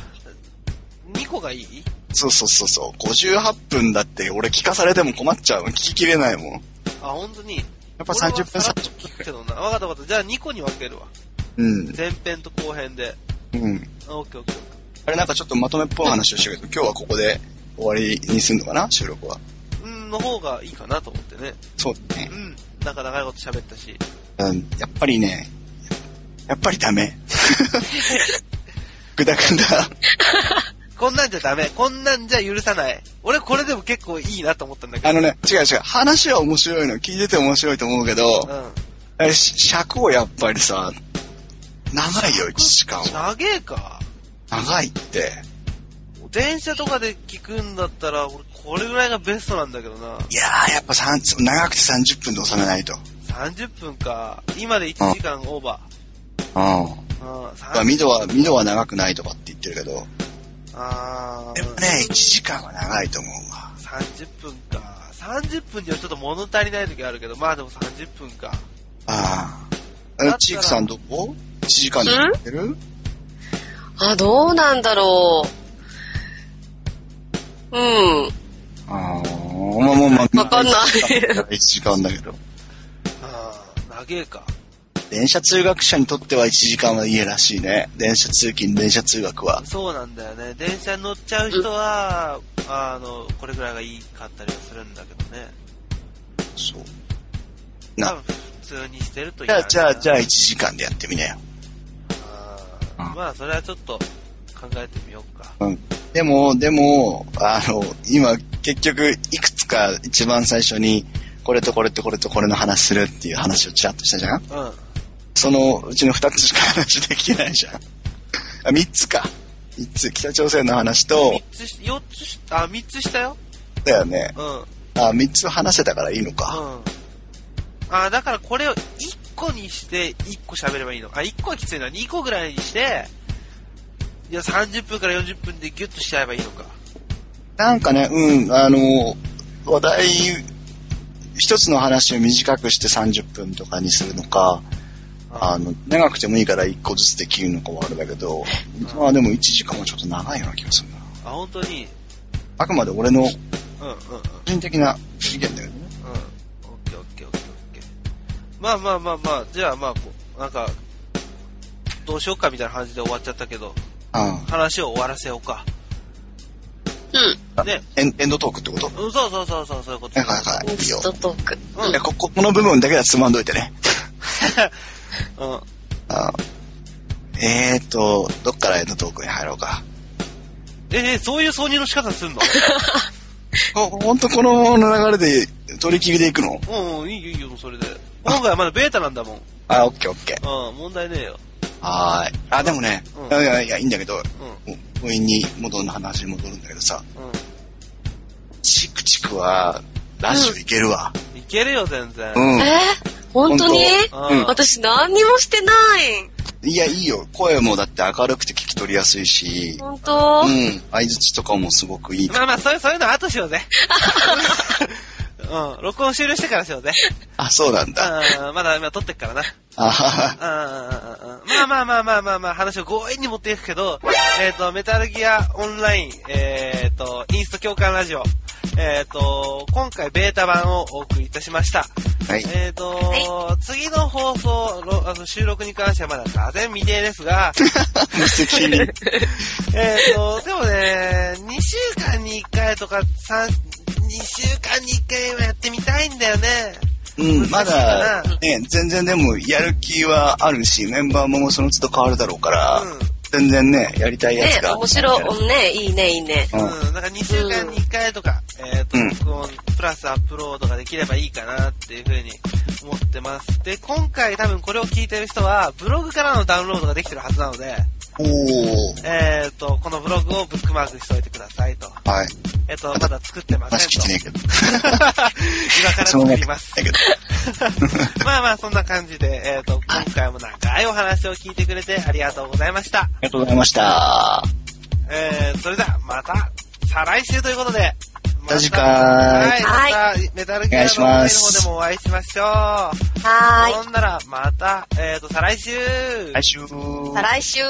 S2: 2個がいい
S3: そうそうそうそう。58分だって俺聞かされても困っちゃうもん。聞ききれないもん。や
S2: あ、本当に。やっ
S3: っぱ30分
S2: さ
S3: さ
S2: らっと聞くけどな。わかったわかった。じゃあ2個に分けるわ。
S3: うん。
S2: 前編と後編で。
S3: うん。
S2: あオッケーオッケーオッ
S3: あれなんかちょっとまとめっぽい話をしたけど、今日はここで終わりにするのかな収録は。
S2: ケー。うん、の方がいいかなと思ってね。
S3: そうだね
S2: う。ん。なんか長いこと喋ったし。
S3: うん、やっぱりね、やっぱりダメ。ぐだぐだ。
S2: こんなんじゃダメ。こんなんじゃ許さない。俺これでも結構いいなと思ったんだけど。
S3: あのね、違う違う。話は面白いの。聞いてて面白いと思うけど、
S2: うん。
S3: あれし尺をやっぱりさ、長いよ、1時間は。
S2: 長えか。
S3: 長いって。
S2: 電車とかで聞くんだったら、俺、これぐらいがベストなんだけどな。
S3: いやー、やっぱ三長くて30分で収めないと。うん。
S2: 30分か。今で1時間オーバー。うん、
S3: まあ、
S2: 30
S3: ミドは、ミドは長くないとかって言ってるけど、
S2: あ
S3: でも
S2: ー、
S3: ね、1時間は長いと思うわ。
S2: 30分か。30分にはちょっと物足りない時あるけど、まあでも30分か。
S3: あ
S2: だった
S3: あ。
S2: ら
S3: チークさんどこ ?1 時間でやってる
S4: あ、どうなんだろう。うん。
S3: ああ、まあまあまあ。
S4: わかんない
S3: 1時間だけど。
S2: あー、長えか。
S3: 電車通学者にとっては1時間は家らしいね。電車通勤、電車通学は。
S2: そうなんだよね。電車に乗っちゃう人は、あの、これぐらいがいいかったりはするんだけどね。
S3: そう。
S2: 多
S3: な
S2: 分、普通にしてるといい
S3: じゃあ、じゃあ、じゃ
S2: あ
S3: あ1時間でやってみなよ。
S2: ー。まあ、それはちょっと考えてみようか。
S3: うん。でも、でも、あの、今、結局、いくつか一番最初に、これとこれとこれとこれの話するっていう話をちらっとしたじゃん
S2: うん。
S3: そのうちの2つしか話できないじゃん。 あ、3つか。3つ、北朝鮮の話と
S2: 三、つし、四つし、あ、三つしたよ。
S3: だよね。
S2: うん。
S3: あ、3つ話せたからいいのか。
S2: うん。あ、だからこれを1個にして、1個喋ればいいの。あ、1個はきついな。2個ぐらいにして、いや、30分から40分でギュッとしちゃえばいいのか。
S3: なんかね、うん、あの、話題、一つの話を短くして30分とかにするのか、あの、長くてもいいから1個ずつできるのかはあれだけど、まあでも1時間はちょっと長いような気がするな。
S2: あ、本当に。
S3: あくまで俺の個
S2: うんうんうん。うん。オッ
S3: 人的な意見だよね。
S2: ケーオッケーオッケーオッケー。まあまあまあまあ、じゃあまあこう、なんか、どうしようかみたいな感じで終わっちゃったけど、
S3: う
S2: 話を終わらせようか。
S4: う
S2: ね。
S3: ん。エンエンドトークってことは
S2: うん、そうそうそうそう、そういうこと。
S3: いはいは
S4: ん。
S3: い。いいよ
S4: ス。トトーク。
S2: うん
S3: いやここ、この部分だけはつまんどいてね。
S2: うん。
S3: あえーと、どっからエンドトークに入ろうか。
S2: え、え、そういう挿入の仕方すんの
S3: ほ、ほんとこの流れで取り切りでいくの
S2: うんうん、いいよいいよ、それで。今回はまだベータなんだもん。
S3: あ、オッケーオッケー。
S2: うん、問題ねえよ。
S3: はーい。あ、でもね、
S2: うん
S3: いやいやいや、いいんだけど、
S2: うん、
S3: もう公園に戻る話に戻るんだけどさ、
S2: う
S3: チクチクは、ラジオいけるわ。
S2: ん。いけるよ、全然。
S3: うん。
S4: え本当に
S2: 当うん
S4: 私何にもしてない。
S3: いや、いいよ。声もだって明るくて聞き取りやすいし、
S4: 本当
S3: うん。相槌とかもすごくいいから。
S2: まあまあ、そういう、そういうの後しようぜ。うん、録音終了してからしようぜ。
S3: あ、そうなんだ。
S2: うん、まだ今撮ってっからな。
S3: あはは。
S2: うん、うん、うん、うん。まあまあまあまあまあまあ、話を強引に持っていくけど、えっ、と、メタルギアオンライン、えっ、と、インスト共感ラジオ。えっ、と、今回ベータ版をお送りいたしました。
S3: はい。
S2: えっ、と、次の放送、ろあの収録に関してはまだ風未定ですが、
S3: 無責任。
S2: えっ、と、でもね、2週間に1回とか、三2週間に1回はやってみたいんだよね。
S3: うん、まだ
S2: 難しいかな、
S3: ね、全然でも、やる気はあるし、メンバーもその都度変わるだろうから、
S2: うん
S3: 全然ね、やりたいや
S4: ね
S3: つが。
S4: 面白い。ねいいね、いいね。
S3: うん。
S2: うん、だから2週間に1回とか、えっ、と、
S3: うん
S2: 録音プラスアップロードができればいいかなっていうふうに思ってます。で、今回多分これを聞いてる人は、ブログからのダウンロードができてるはずなので、
S3: おー。
S2: えっ、と、このブログをブックマークしておいてくださいと。
S3: はい。
S2: えっ、と、まだ作ってません
S3: 話
S2: と。
S3: 聞いてねえけど。
S2: 今から
S3: そう
S2: 作
S3: ね
S2: ります。
S3: だけど。
S2: まあまあ、そんな感じで、えっ、と、今回も長いお話を聞いてくれてありがとうございました。
S3: ありがとうございました。
S2: えー、それでは、また、再来週ということで、また
S3: 次回
S2: はい、
S4: はい
S2: また、メタルギア
S3: お願
S2: の
S3: いし
S2: 方
S3: ます
S2: でもお会いしましょう。
S4: はーい。
S2: ほんなら、また、えっ、と、再来週
S3: 来週。
S4: 再来週。